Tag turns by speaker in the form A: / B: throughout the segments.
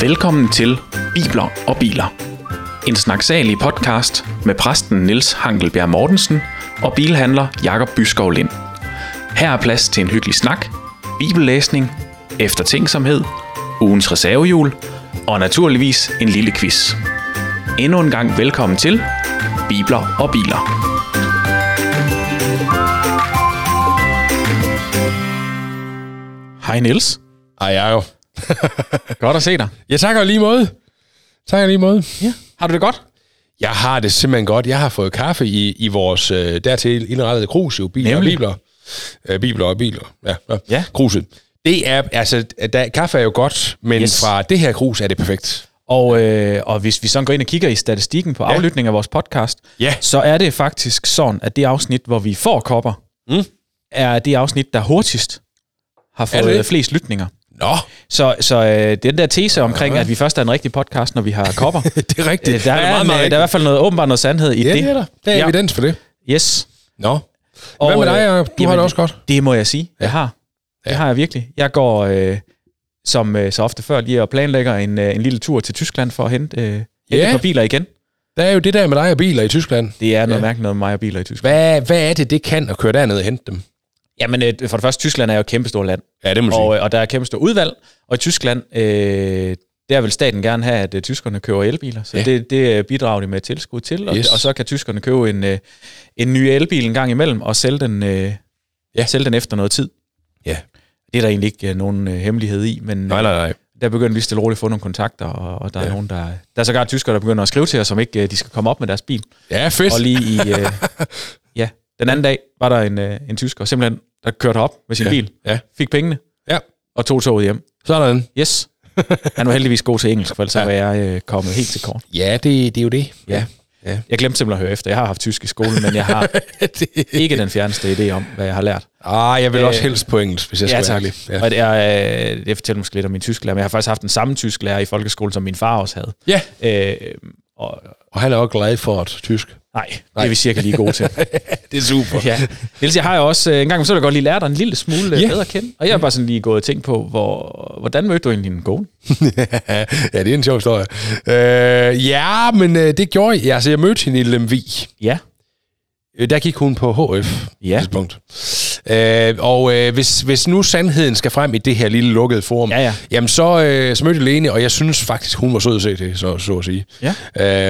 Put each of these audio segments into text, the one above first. A: Velkommen til Bibler og Biler. En snaksalig podcast med præsten Niels Hankelbjerg Mortensen og bilhandler Jakob Byskov Lind. Her er plads til en hyggelig snak, bibellæsning, eftertænksomhed, ugens reservehjul og naturligvis en lille quiz. Endnu en gang velkommen til Bibler og Biler. Hej Niels.
B: Ej, jeg er jo.
A: Godt at se dig.
B: Jeg takker lige måde. Takker lige måde.
A: Ja. Har du det godt?
B: Jeg har det simpelthen godt. Jeg har fået kaffe i, i vores øh, dertil indrettede krus, jo. Bibler
A: Nemlig.
B: og bibler. Øh, bibler og bibler. Ja, ja.
A: Ja.
B: Kruset. Det er, altså, der, kaffe er jo godt,
A: Yes.
B: men yes. fra det her krus er det perfekt.
A: Og, øh, og hvis vi sådan går ind og kigger i statistikken på ja. aflytning af vores podcast,
B: Ja.
A: så er det faktisk sådan, at det afsnit, hvor vi får kopper,
B: Mm.
A: er det afsnit, der hurtigst har
B: Er det
A: fået
B: det?
A: flest lytninger.
B: Nå,
A: Så, så øh, den der tese omkring, at vi først er en rigtig podcast, når vi har kopper,
B: det er rigtigt.
A: øh, der,
B: det
A: er
B: meget,
A: en,
B: meget
A: øh, der er i hvert fald noget, åbenbart noget sandhed i
B: rigtigt. ja,
A: det.
B: det er der.
A: Ja.
B: Der er ja. øh, evidens for det.
A: Yes. øh,
B: Nå. Hvad med dig, Jacob? Du har det også godt?
A: Det må jeg sige. Jeg har. Det
B: Ja.
A: har jeg virkelig. Jeg går, øh, som øh, så ofte før, lige og planlægger en, øh, en lille tur til Tyskland for at hente, øh, hente
B: Ja.
A: et par biler igen.
B: Der er jo det der med dig og biler i Tyskland.
A: Det er noget ja.
B: Ja.
A: mærkeligt noget med mig og biler i Tyskland.
B: Hvad, hvad er det, det kan at køre derned og hente dem?
A: Jamen, øh, for det første, Tyskland er jo et kæmpestort land,
B: Ja, det må
A: og, øh, og der er et kæmpestort udvalg, og i Tyskland, øh, der vil staten gerne have, at øh, tyskerne køber elbiler, så ja.
B: Ja.
A: det, det øh, bidrager de med et tilskud til, og, yes.
B: Yes.
A: og så kan tyskerne købe en, øh, en ny elbil en gang imellem, og sælge den, øh, ja.
B: Ja.
A: sælge den efter noget tid.
B: Ja.
A: Det er der egentlig ikke øh, nogen øh, hemmelighed i, men
B: Nej, nej, nej.
A: der begynder vi stille og roligt at få nogle kontakter, og, og der ja. er
B: Ja.
A: nogen, der... Der er sågar tyskere, der begynder at skrive til os, om ikke øh, de skal komme op med deres bil.
B: Ja, fedt.
A: Og lige i... Øh, ja, den anden dag var der en, øh, en tysker, simpelthen, der kørte op med sin ja.
B: ja.
A: bil,
B: Ja,
A: fik pengene
B: ja.
A: og tog toget hjem.
B: Sådan.
A: Yes. Han var heldigvis god til engelsk, for ellers ja.
B: Ja.
A: var jeg øh, kommet helt til kort.
B: Ja, det, det er jo det.
A: Ja. Jeg glemte simpelthen at høre efter. Jeg har haft tysk i skolen, men jeg har
B: det...
A: ikke den fjerneste idé om, hvad jeg har lært.
B: Ah, jeg vil
A: Øh,
B: øh... også helst på engelsk, hvis jeg skal være ærlig.
A: Ja. Og det, er, øh, det fortæller måske lidt om min tysklærer, men jeg har faktisk haft den samme tysklærer i folkeskolen, som min far også havde.
B: ja.
A: Øh, og,
B: Og han er også glad for et tysk.
A: nej, nej, det
B: Nej.
A: er vi cirka lige gode til.
B: Det er super.
A: Ja. Niels, jeg har jo også øh, en gang, så vil jeg godt lige lære dig en lille smule yeah.
B: Ja.
A: bedre at kende. Og jeg har bare sådan lige gået og tænkt på, hvor, hvordan mødte du egentlig din kone?
B: ja, det er en sjov historie. Øh, ja, men øh, det gjorde jeg. Altså, jeg mødte hende i Lemvig.
A: Ja.
B: Øh, Der gik hun på HF.
A: Ja.
B: Tidspunkt. Øh, og øh, hvis, hvis nu sandheden skal frem i det her lille lukkede forum,
A: Ja, ja.
B: Jamen, så, øh, så mødte jeg Lene, og jeg synes faktisk, hun var sød at se det, så, så at sige.
A: Ja.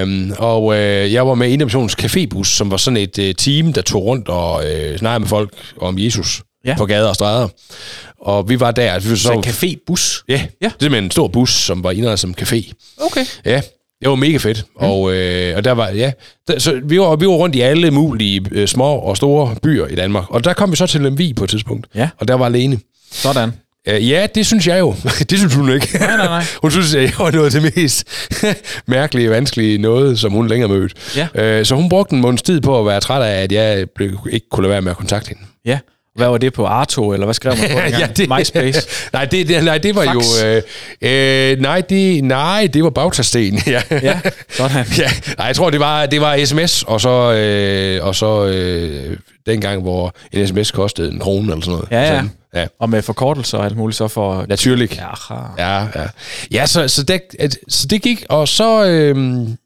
B: Øhm, og øh, jeg var med i Indermissionens Cafébus, som var sådan et øh, team, der tog rundt og øh, snakkede med folk om Jesus
A: Ja.
B: ja. på gader og stræder. Og vi var der. Vi var
A: Så en
B: så,
A: cafébus.
B: ja,
A: Ja.
B: ja, det er simpelthen en stor bus, som var indrettet som café.
A: Okay.
B: Ja, det var mega fedt. Mm. Og, øh, og der var, ja, der, så vi var, vi var rundt i alle mulige øh, små og store byer i Danmark. Og der kom vi så til Lemvig på et tidspunkt.
A: Ja.
B: Og der var Lene.
A: Sådan.
B: Øh, ja, det synes jeg jo. det synes hun ikke.
A: Nej, nej, nej.
B: Hun synes, at jeg var noget af det mest mærkelige, vanskelige noget, som hun længere mødte.
A: Ja.
B: Øh, så hun brugte en måneds tid på at være træt af, at jeg blev, ikke kunne lade være med at kontakte hende.
A: Ja. Hvad var det på Arto, eller hvad skrev man på dengang? MySpace.
B: nej, det, det, nej, det var
A: Fax.
B: jo... Øh, øh, nej, det, nej, det var bagtasten. ja.
A: Ja, sådan.
B: ja. Nej, jeg tror, det var, det var sms, og så, øh, og så øh, dengang, hvor en sms kostede en krone eller sådan noget.
A: Ja, ja.
B: Sådan. ja.
A: Og med forkortelser og alt muligt, så for...
B: Naturligt.
A: Ja, ha.
B: Ja, ja. Ja, så, så, det, at, så det gik, og så... Øhm,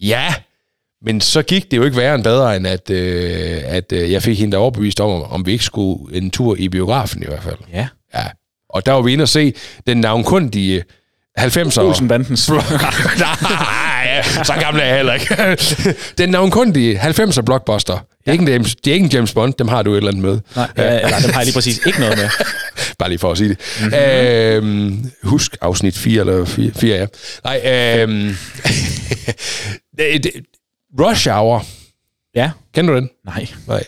B: ja, men så gik det jo ikke værre end bedre, end at, øh, at øh, jeg fik hende der overbevist om, om vi ikke skulle en tur i biografen i hvert fald.
A: ja.
B: Ja. Og der var vi inde og se den navnkundige 90'er...
A: Olsenbandens.
B: Nej, så gammel er jeg heller ikke. den navnkundige 90'er blockbuster. Det er, ikke en James, det er ikke en James Bond, dem har du et eller andet med.
A: Nej, ja, eller, dem har jeg lige præcis ikke noget med.
B: Bare lige for at sige det. Mm-hmm. Øhm, husk afsnit 4, eller 4, 4 ja. Nej, øhm, det- det- Rush Hour.
A: Ja.
B: Kender du den?
A: Nej.
B: Nej.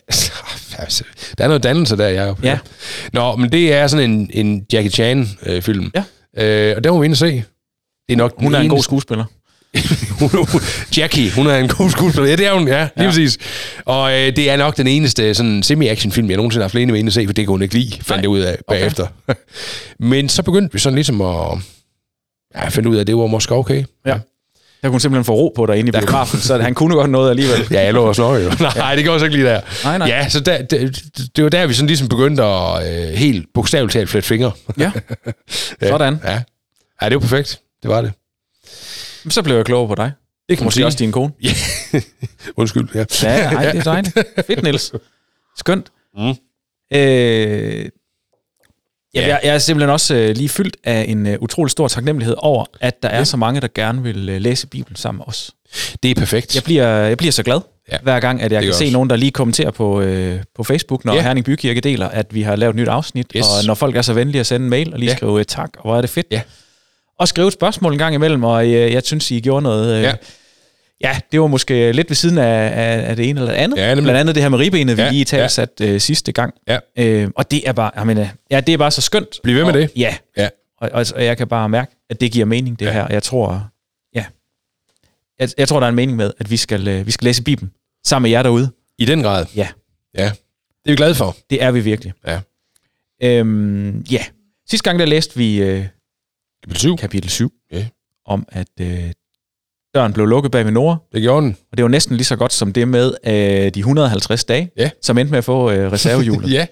B: Altså, Der er noget dannelse der, Jacob.
A: Ja.
B: Nå, men det er sådan en, en Jackie Chan-film.
A: Ja.
B: Øh, og der må vi ind og se. Det er nok den
A: Hun er en god
B: eneste-
A: skuespiller.
B: Jackie, hun er en god skuespiller. Ja, det er hun, ja. Lige
A: Ja.
B: ja. præcis. Og øh, det er nok den eneste sådan, semi-action-film, jeg nogensinde har haft alene med inde at se, for det kunne hun ikke lide, fandt
A: Nej.
B: jeg ud af bagefter. Men så begyndte vi sådan ligesom at ja, finde ud af, at det var måske okay.
A: Ja. Der kunne hun simpelthen få ro på derinde i biografen, så han kunne godt noget alligevel.
B: Ja, jeg lå og slår jo. nej, det går så ikke lige der.
A: Nej, nej.
B: Ja, så der, det, det var der, vi sådan ligesom begyndte at øh, helt bogstaveligt talt flette fingre.
A: Ja, sådan.
B: Ja. ja, det var perfekt. Det var det.
A: Så blev jeg klogere på dig. Det
B: kan man
A: Måske
B: sige.
A: også din kone.
B: Undskyld, ja.
A: Ja, ej, det er dejligt. Fedt, Niels. Skønt.
B: Mm.
A: Øh, ja.
B: Ja.
A: jeg, jeg er simpelthen også øh, lige fyldt af en øh, utrolig stor taknemmelighed over, at der er så mange, der gerne vil øh, læse Bibelen sammen med os.
B: Det er perfekt.
A: Jeg bliver, jeg bliver så glad, ja.
B: Ja,
A: hver gang, at jeg
B: det
A: kan
B: gør
A: se
B: også.
A: nogen, der lige kommenterer på, øh, på Facebook, når
B: Ja.
A: yeah. Herning Bykirke deler, at vi har lavet et nyt afsnit, yes.
B: Yes.
A: og når folk er så venlige at sende en mail og lige
B: Ja.
A: skrive øh, tak, og hvor er det fedt.
B: Ja.
A: Og skrive et spørgsmål en gang imellem, og øh, jeg synes, I gjorde noget... Øh,
B: Ja.
A: Ja, det var måske lidt ved siden af, af, af det ene eller det andet.
B: Ja, nemlig.
A: Blandt andet det her med ribbenet, vi
B: Ja,
A: lige talte sat øh, sidste gang.
B: Ja.
A: Øh, og det er bare, jeg mener, ja, det er bare så skønt.
B: Bliv ved med
A: og,
B: det.
A: Ja,
B: Ja.
A: og, og, og jeg kan bare mærke, at det giver mening, det ja.
B: Ja.
A: her. Og Jeg tror, ja. Jeg, jeg tror, der er en mening med, at vi skal, øh, vi skal læse Bibelen sammen med jer derude.
B: I den grad.
A: Ja.
B: Ja. Det er vi glade for.
A: Det er vi virkelig.
B: Ja.
A: Øhm, ja. Sidste gang, der læste vi øh,
B: Kapitel 7.
A: kapitel 7,
B: Ja.
A: om at øh, døren blev lukket bag ved Nora,
B: Det gjorde den.
A: og det var næsten lige så godt som det med øh, de 150 dage,
B: Ja.
A: som endte med at få øh, reservehjulet.
B: Ja.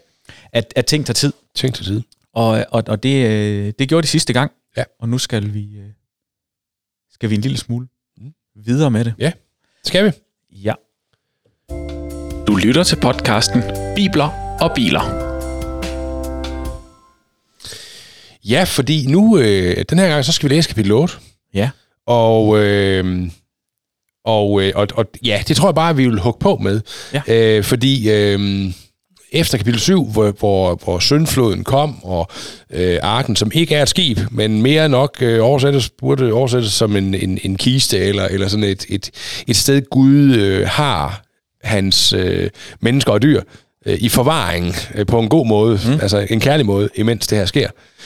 A: at, at ting tager tid,
B: Tænk til side.
A: og, og, og det, øh, det gjorde de sidste gang,
B: Ja.
A: og nu skal vi, øh, skal vi en lille smule
B: Mm.
A: videre med det.
B: Skal vi?
A: Ja. Du lytter til podcasten Bibler og Biler.
B: Ja, fordi nu, øh, den her gang, så skal vi læse kapitel 8.
A: Ja.
B: Og, øh, og, øh, og, og ja, det tror jeg bare, vi vil hugge på med.
A: Ja.
B: Øh, fordi øh, efter kapitel 7, hvor, hvor, hvor syndfloden kom, og øh, arken, som ikke er et skib, men mere nok øh, oversættes, burde oversættes som en, en, en kiste, eller, eller sådan et, et, et sted, Gud øh, har hans øh, mennesker og dyr øh, i forvaring øh, på en god måde, mm. altså en kærlig måde, imens det her sker.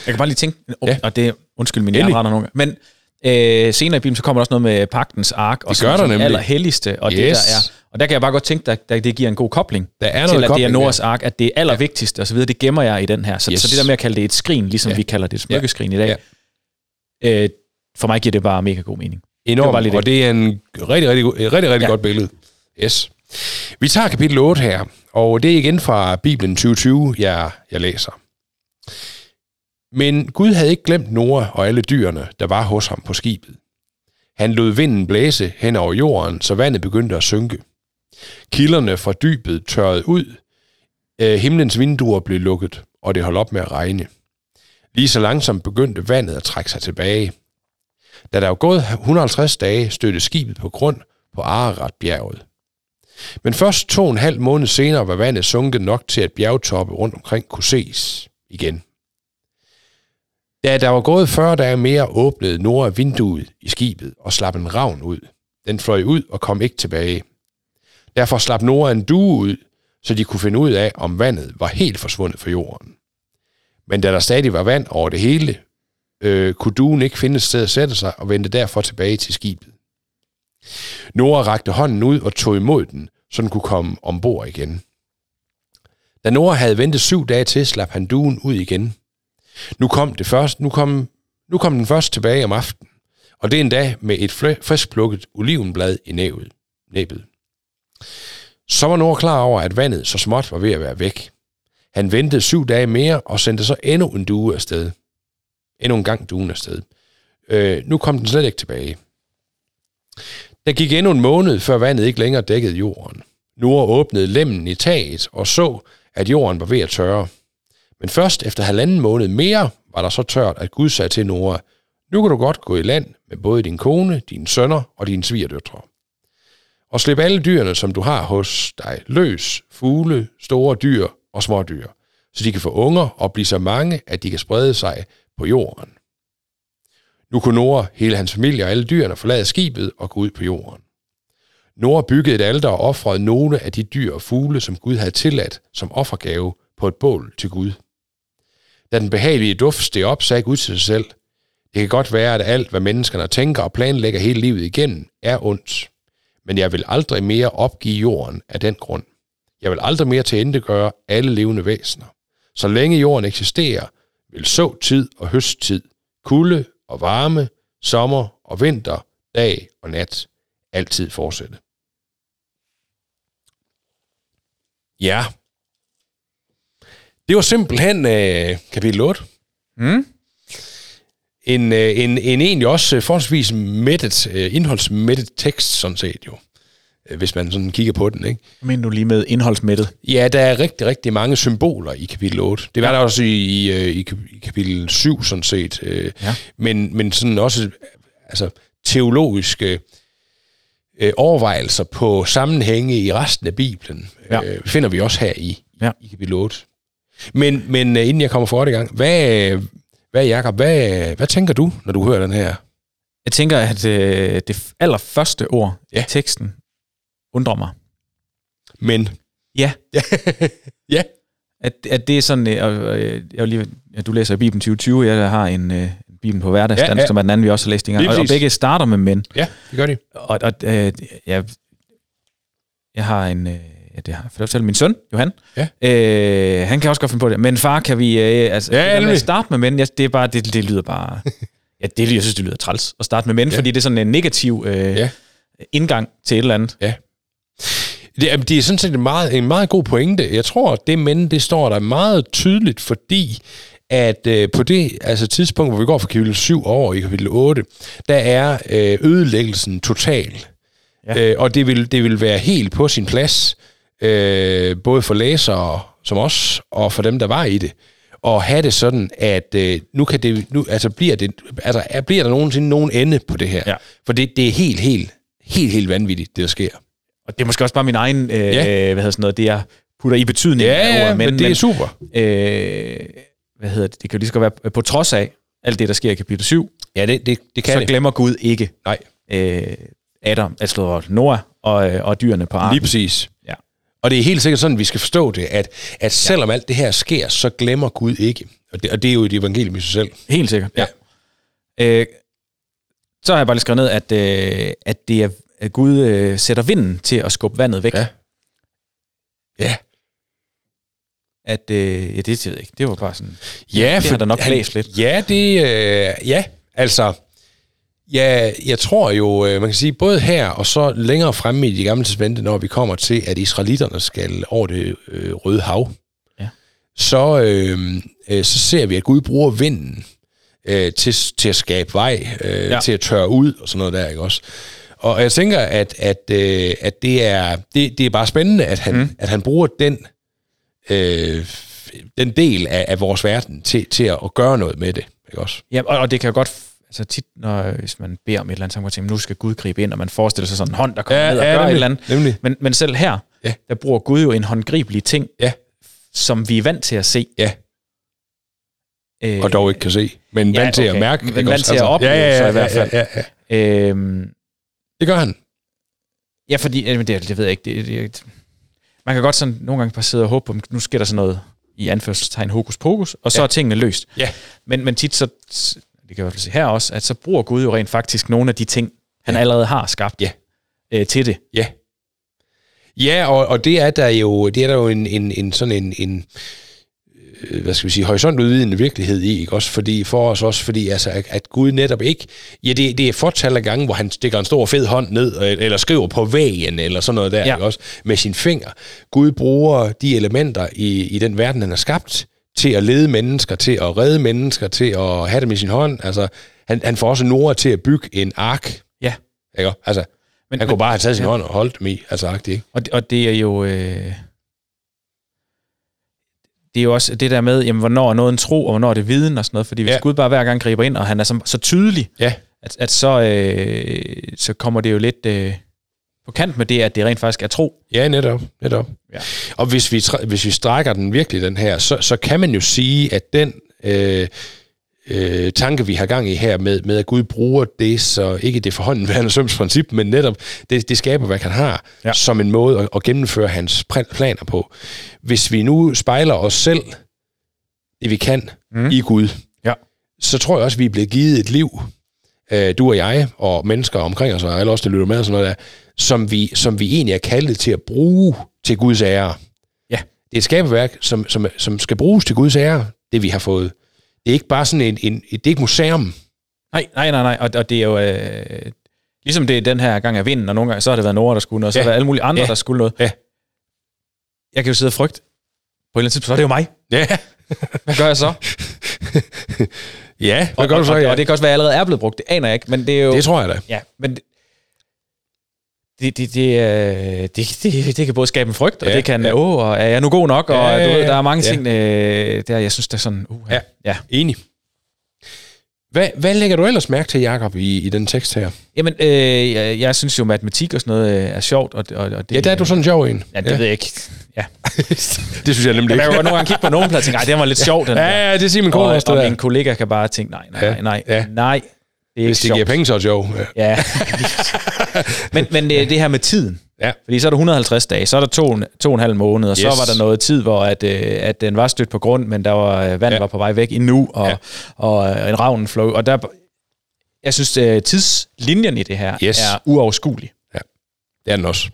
A: Jeg kan bare lige tænke, oh, ja.
B: Ja.
A: og det undskyld min
B: Endelig.
A: hjerne render nogle gange, men øh, senere i Bibelen, så kommer der også noget med pagtens ark, og
B: Det gør der
A: det
B: nemlig.
A: allerhelligste, og yes. det der
B: Yes.
A: er. Og der kan jeg bare godt tænke, at der- det giver en god kobling
B: Der er
A: til,
B: noget
A: at det er
B: kobling der.
A: Noras ark, at det er allervigtigste og så videre, det gemmer jeg i den her. Så, yes.
B: Yes.
A: så det der med at kalde det et skrin, ligesom ja. vi kalder det et smykkeskrin i dag, ja. øh, for mig giver det bare mega god mening. Det var bare
B: enormt,
A: lidt
B: det og det er en rigtig, rigtig, go- et rigtig, rigtig
A: Ja.
B: ja. godt billede. Yes. Vi tager kapitel 8 her, og det er igen fra Bibelen 2020, jeg, jeg læser. Men Gud havde ikke glemt Noah og alle dyrene, der var hos ham på skibet. Han lod vinden blæse hen over jorden, så vandet begyndte at synke. Kilderne fra dybet tørrede ud, øh, himlens vinduer blev lukket, og det holdt op med at regne. Lige så langsomt begyndte vandet at trække sig tilbage. Da der var gået 150 dage, stødte skibet på grund på Ararat-bjerget. Men først to og en halv måned senere var vandet sunket nok til, at bjergtoppe rundt omkring kunne ses igen. Da der var gået 40 dage mere, åbnede Nora vinduet i skibet og slap en ravn ud. Den fløj ud og kom ikke tilbage. Derfor slap Nora en due ud, så de kunne finde ud af, om vandet var helt forsvundet fra jorden. Men da der stadig var vand over det hele, øh, kunne duen ikke finde et sted at sætte sig og vendte derfor tilbage til skibet. Nora rakte hånden ud og tog imod den, så den kunne komme ombord igen. Da Nora havde ventet syv dage til, slap han duen ud igen. Nu kom, det først, nu kom, nu kom den først tilbage om aftenen, og det endda med et fl- frisk plukket olivenblad i næbet. næbet. Så var Nora klar over, at vandet så småt var ved at være væk. Han ventede syv dage mere og sendte så endnu en due afsted endnu en gang duen afsted. Øh, nu kom den slet ikke tilbage. Der gik endnu en måned, før vandet ikke længere dækkede jorden. Nora åbnede lemmen i taget og så, at jorden var ved at tørre. Men først efter halvanden måned mere var der så tørt, at Gud sagde til Nora, nu kan du godt gå i land med både din kone, dine sønner og dine svigerdøtre. Og slip alle dyrene, som du har hos dig, løs, fugle, store dyr og små dyr, så de kan få unger og blive så mange, at de kan sprede sig på jorden. Nu kunne Nora, hele hans familie og alle dyrene forlade skibet og gå ud på jorden. Nora byggede et alter og ofrede nogle af de dyr og fugle, som Gud havde tilladt som offergave på et bål til Gud. Da den behagelige duft steg op, sagde Gud til sig selv, det kan godt være, at alt, hvad menneskerne tænker og planlægger hele livet igennem, er ondt. Men jeg vil aldrig mere opgive jorden af den grund. Jeg vil aldrig mere tilintetgøre alle levende væsener. Så længe jorden eksisterer, vil såtid og høsttid, kulde og varme, sommer og vinter, dag og nat altid fortsætte. Ja. Det var simpelthen øh, kapitel 8. Hmm?
A: Mm.
B: En, øh, en, en egentlig også øh, forholdsvis mættet, øh, indholdsmættet tekst, sådan set jo. Øh, Hvis man sådan kigger på den, ikke?
A: Men nu lige med indholdsmættet.
B: Ja, der er rigtig, rigtig mange symboler i kapitel 8. Det var der også i, i, øh, i kap- i kapitel 7, sådan set. øh,
A: Ja.
B: Men, men sådan også altså, teologiske øh, overvejelser på sammenhænge i resten af Bibelen,
A: Ja.
B: øh, finder vi også her i,
A: Ja.
B: i kapitel 8. Men, men øh, inden jeg kommer for det i gang, hvad, øh, hvad Jacob, hvad, hvad tænker du, når du hører den her?
A: Jeg tænker, at øh, det allerførste ord ja.
B: Ja.
A: i teksten undrer mig.
B: Men.
A: Ja.
B: ja.
A: At, at det er sådan, øh, og, og, øh, jeg vil lige, ja, du læser Bibelen 2020, jeg har en øh, Bibelen på hverdagsstand,
B: Ja,
A: ja,
B: ja.
A: ja. som er den anden, vi også har læst engang.
B: Lige
A: Og, og
B: præcis.
A: begge starter med men.
B: Ja, det gør de.
A: Og, og øh, jeg, jeg har en... Øh, ja, det har jeg for selv min søn, Johan.
B: Ja.
A: Øh, han kan også godt finde på det. Men far, kan vi... Øh, altså,
B: Ja,
A: det der med
B: nemlig.
A: at starte med men, jeg, det, er bare, det, det lyder bare... ja, det, jeg synes, det lyder træls at starte med men,
B: Ja.
A: ja. fordi det er sådan en negativ øh,
B: Ja.
A: ja. indgang til et eller andet.
B: Det, er- det er sådan set en meget, en meget god pointe. Jeg tror, at det men, det står der meget tydeligt, fordi at øh, på det altså tidspunkt, hvor vi går fra kapitel 7 over i kapitel 8, der er øh, ødelæggelsen total. Ja.
A: Ja.
B: Øh, og det vil, det vil være helt på sin plads, øh, både for læsere som os, og for dem, der var i det, og have det sådan, at øh, nu kan det, nu, altså bliver, det, altså, er- bliver der nogensinde nogen ende på det her.
A: Ja.
B: For det, det er helt, helt, helt, helt vanvittigt, det der sker.
A: Og det er måske også bare min egen... Øh,
B: Ja.
A: ja. Hvad hedder sådan noget? Det, jeg putter i betydning af
B: Ja,
A: ordet
B: ja, men, men det er super.
A: øh, hvad hedder det? Det kan jo lige så godt være øh, på trods af alt det, der sker i kapitel 7,
B: Ja, det, det, det
A: kan så det. glemmer Gud ikke
B: Nej,
A: øh, Adam, altså Noah og, øh, og dyrene på
B: lige
A: arken.
B: præcis.
A: Ja.
B: Ah. Og det er helt sikkert sådan, vi skal forstå det, at, at selvom alt det her sker, så glemmer Gud ikke. Og det, og det er jo et evangelium i sig selv.
A: Helt sikkert.
B: Ja.
A: Øh, så har jeg bare lige skrevet ned, at, øh, at det er at Gud øh, sætter vinden til at skubbe vandet væk.
B: Ja. Ja,
A: At, øh, ja, det ved jeg ikke. Det var bare sådan...
B: ja
A: det har der nok blæst lidt.
B: Ja, det... Øh, ja, altså... Ja, jeg tror jo, øh, man kan sige, både her og så længere fremme i de gamle testamente, når vi kommer til, at israelitterne skal over det øh, røde hav,
A: Ja.
B: så, øh, øh, så ser vi, at Gud bruger vinden øh, til, til at skabe vej, øh, ja.
A: Ja.
B: til at tørre ud og sådan noget der, ikke også? Og jeg tænker, at, at, øh, at det, er, det, det er bare spændende, at han, mm. at han bruger den, øh, den del af, af vores verden til, til at, at gøre noget med det, ikke også?
A: Ja, og, og det kan jo godt... f- Altså tit, når, hvis man beder om et eller andet, så kan man tænke, nu skal Gud gribe ind, og man forestiller sig sådan en hånd, der kommer ned og gør et eller andet.
B: nemlig.
A: Men, men selv her,
B: Ja.
A: ja. der bruger Gud jo en håndgribelig ting,
B: Ja.
A: som vi er vant til at se.
B: Ja.
A: Øh,
B: Og dog ikke kan se, men ja,
A: Ja,
B: vant til at
A: okay.
B: mærke.
A: Men vant
B: ikke også? Altså,
A: til at opleve
B: ja, ja,
A: så
B: ja,
A: i hvert fald.
B: Ja, ja, ja.
A: øh,
B: Det gør han.
A: ja, fordi, øh, men det, det ved jeg ikke. Det, det, det, man kan godt sådan nogle gange bare sidde og håbe på, nu sker der sådan noget i anførselstegn hokus pokus, og så
B: Ja.
A: ja. er tingene løst.
B: Ja.
A: Men, men tit så, det kan jeg i hvert fald se her også, at så bruger Gud jo rent faktisk nogle af de ting, han
B: Ja.
A: ja. allerede har skabt
B: Ja.
A: øh, til det.
B: Ja. Ja, og, og det er der jo, det er der jo en, en, en sådan en, en øh, hvad skal vi sige, horisontudvidende virkelighed i, ikke? Også fordi, for os også, fordi altså, at, at Gud netop ikke, ja, det, det er et fortal af gange, hvor han stikker en stor fed hånd ned, øh, eller skriver på vægen, eller sådan noget der, ja.
A: Ja.
B: ikke? Også med sine fingre. Gud bruger de elementer i, i den verden, han har skabt, til at lede mennesker, til at redde mennesker, til at have dem i sin hånd. Altså, han, han får også Nora til at bygge en ark,
A: Ja.
B: ikke? Altså,
A: Men,
B: han kunne bare have taget sin
A: ja.
B: hånd og holdt dem i, altså agtigt, ikke?
A: Og det, og det er jo... Øh, det er jo også det der med, jamen, hvornår er noget en tro, og hvornår er det viden og sådan noget. Fordi hvis
B: Ja.
A: ja. Gud bare hver gang griber ind, og han er så, så tydelig,
B: Ja.
A: at, at så, øh, så kommer det jo lidt øh, på kant med det, at det rent faktisk er tro.
B: Ja, netop. netop. Ja.
A: Ja.
B: Og hvis vi, tra- hvis vi strækker den virkelig, den her, så, så kan man jo sige, at den øh, øh, tanke, vi har gang i her med, med, at Gud bruger det, så ikke det forhåndenværende søms princip, men netop det, det skaber, hvad han har, ja.
A: Ja.
B: som en måde at, at gennemføre hans pr- planer på. Hvis vi nu spejler os selv, det vi kan, mm.
A: Mm.
B: i Gud,
A: Ja.
B: så tror jeg også, vi er blevet givet et liv, øh, du og jeg, og mennesker omkring os, og alle os, der lytter med og sådan noget der, som vi, som vi egentlig er kaldet til at bruge til Guds ære.
A: Ja.
B: Det er et skabeværk, som, som, som skal bruges til Guds ære, det vi har fået. Det er ikke bare sådan en, en, et, det er ikke et museum.
A: Nej, nej, nej, nej. Og, og det er jo... Øh, Ligesom det er den her gang af vinden, og nogle gange så har det været Nora, der skulle noget, og så
B: Ja.
A: har det været alle mulige andre,
B: Ja.
A: der skulle noget.
B: Ja.
A: Jeg kan jo sidde og frygte. På et eller andet tidspunkt, så er det jo mig.
B: Ja.
A: Hvad gør jeg så?
B: ja, hvad gør
A: og,
B: du så?
A: Og,
B: Ja.
A: og det kan også være, at jeg allerede er blevet brugt. Det aner jeg ikke, men det er jo...
B: det tror jeg da.
A: Ja, men det, det, det, det, øh, det, det, det kan både skabe en frygt, og
B: Ja,
A: det kan,
B: ja.
A: ja. åh, og er jeg nu god nok, og
B: Ja, ja,
A: du ved,
B: ja.
A: der er mange
B: Ja.
A: ting, øh, der jeg synes, der er sådan, uh,
B: Ja.
A: ja.
B: Enig. Hvad, hvad lægger du ellers mærke til, Jakob i, i den tekst her?
A: Jamen, øh, jeg, jeg synes jo, matematik og sådan noget øh, er sjovt, og, og, og det...
B: Ja, der er du sådan en sjov en.
A: Ja, det ja. ved jeg ikke. Ja.
B: det synes jeg nemlig
A: Man
B: ikke.
A: kan jo godt nogle gange kigge på nogen plader og tænke, nej, den var lidt sjov, den der.
B: Ja, ja, det siger min
A: Og,
B: kone også,
A: og
B: det der.
A: min kollega kan bare tænke, nej, nej,
B: Ja,
A: nej, nej,
B: ja.
A: ja. nej det er
B: Hvis
A: ikke
B: det
A: sjovt.
B: giver penge, så er det sjov. Ja.
A: Ja. men men øh, det, det her med tiden.
B: Ja.
A: Fordi så er der 150 dage, så er der to, to og en halv måned, og yes. så
B: Yes.
A: var der noget tid, hvor at, øh, at den var stødt på grund, men der var, øh, vand
B: Ja.
A: ja. var på vej væk endnu, og, ja. og, og en ravn flog. Og der, jeg synes, øh, tidslinjen i det her
B: Yes.
A: er uoverskuelig.
B: Det er den også.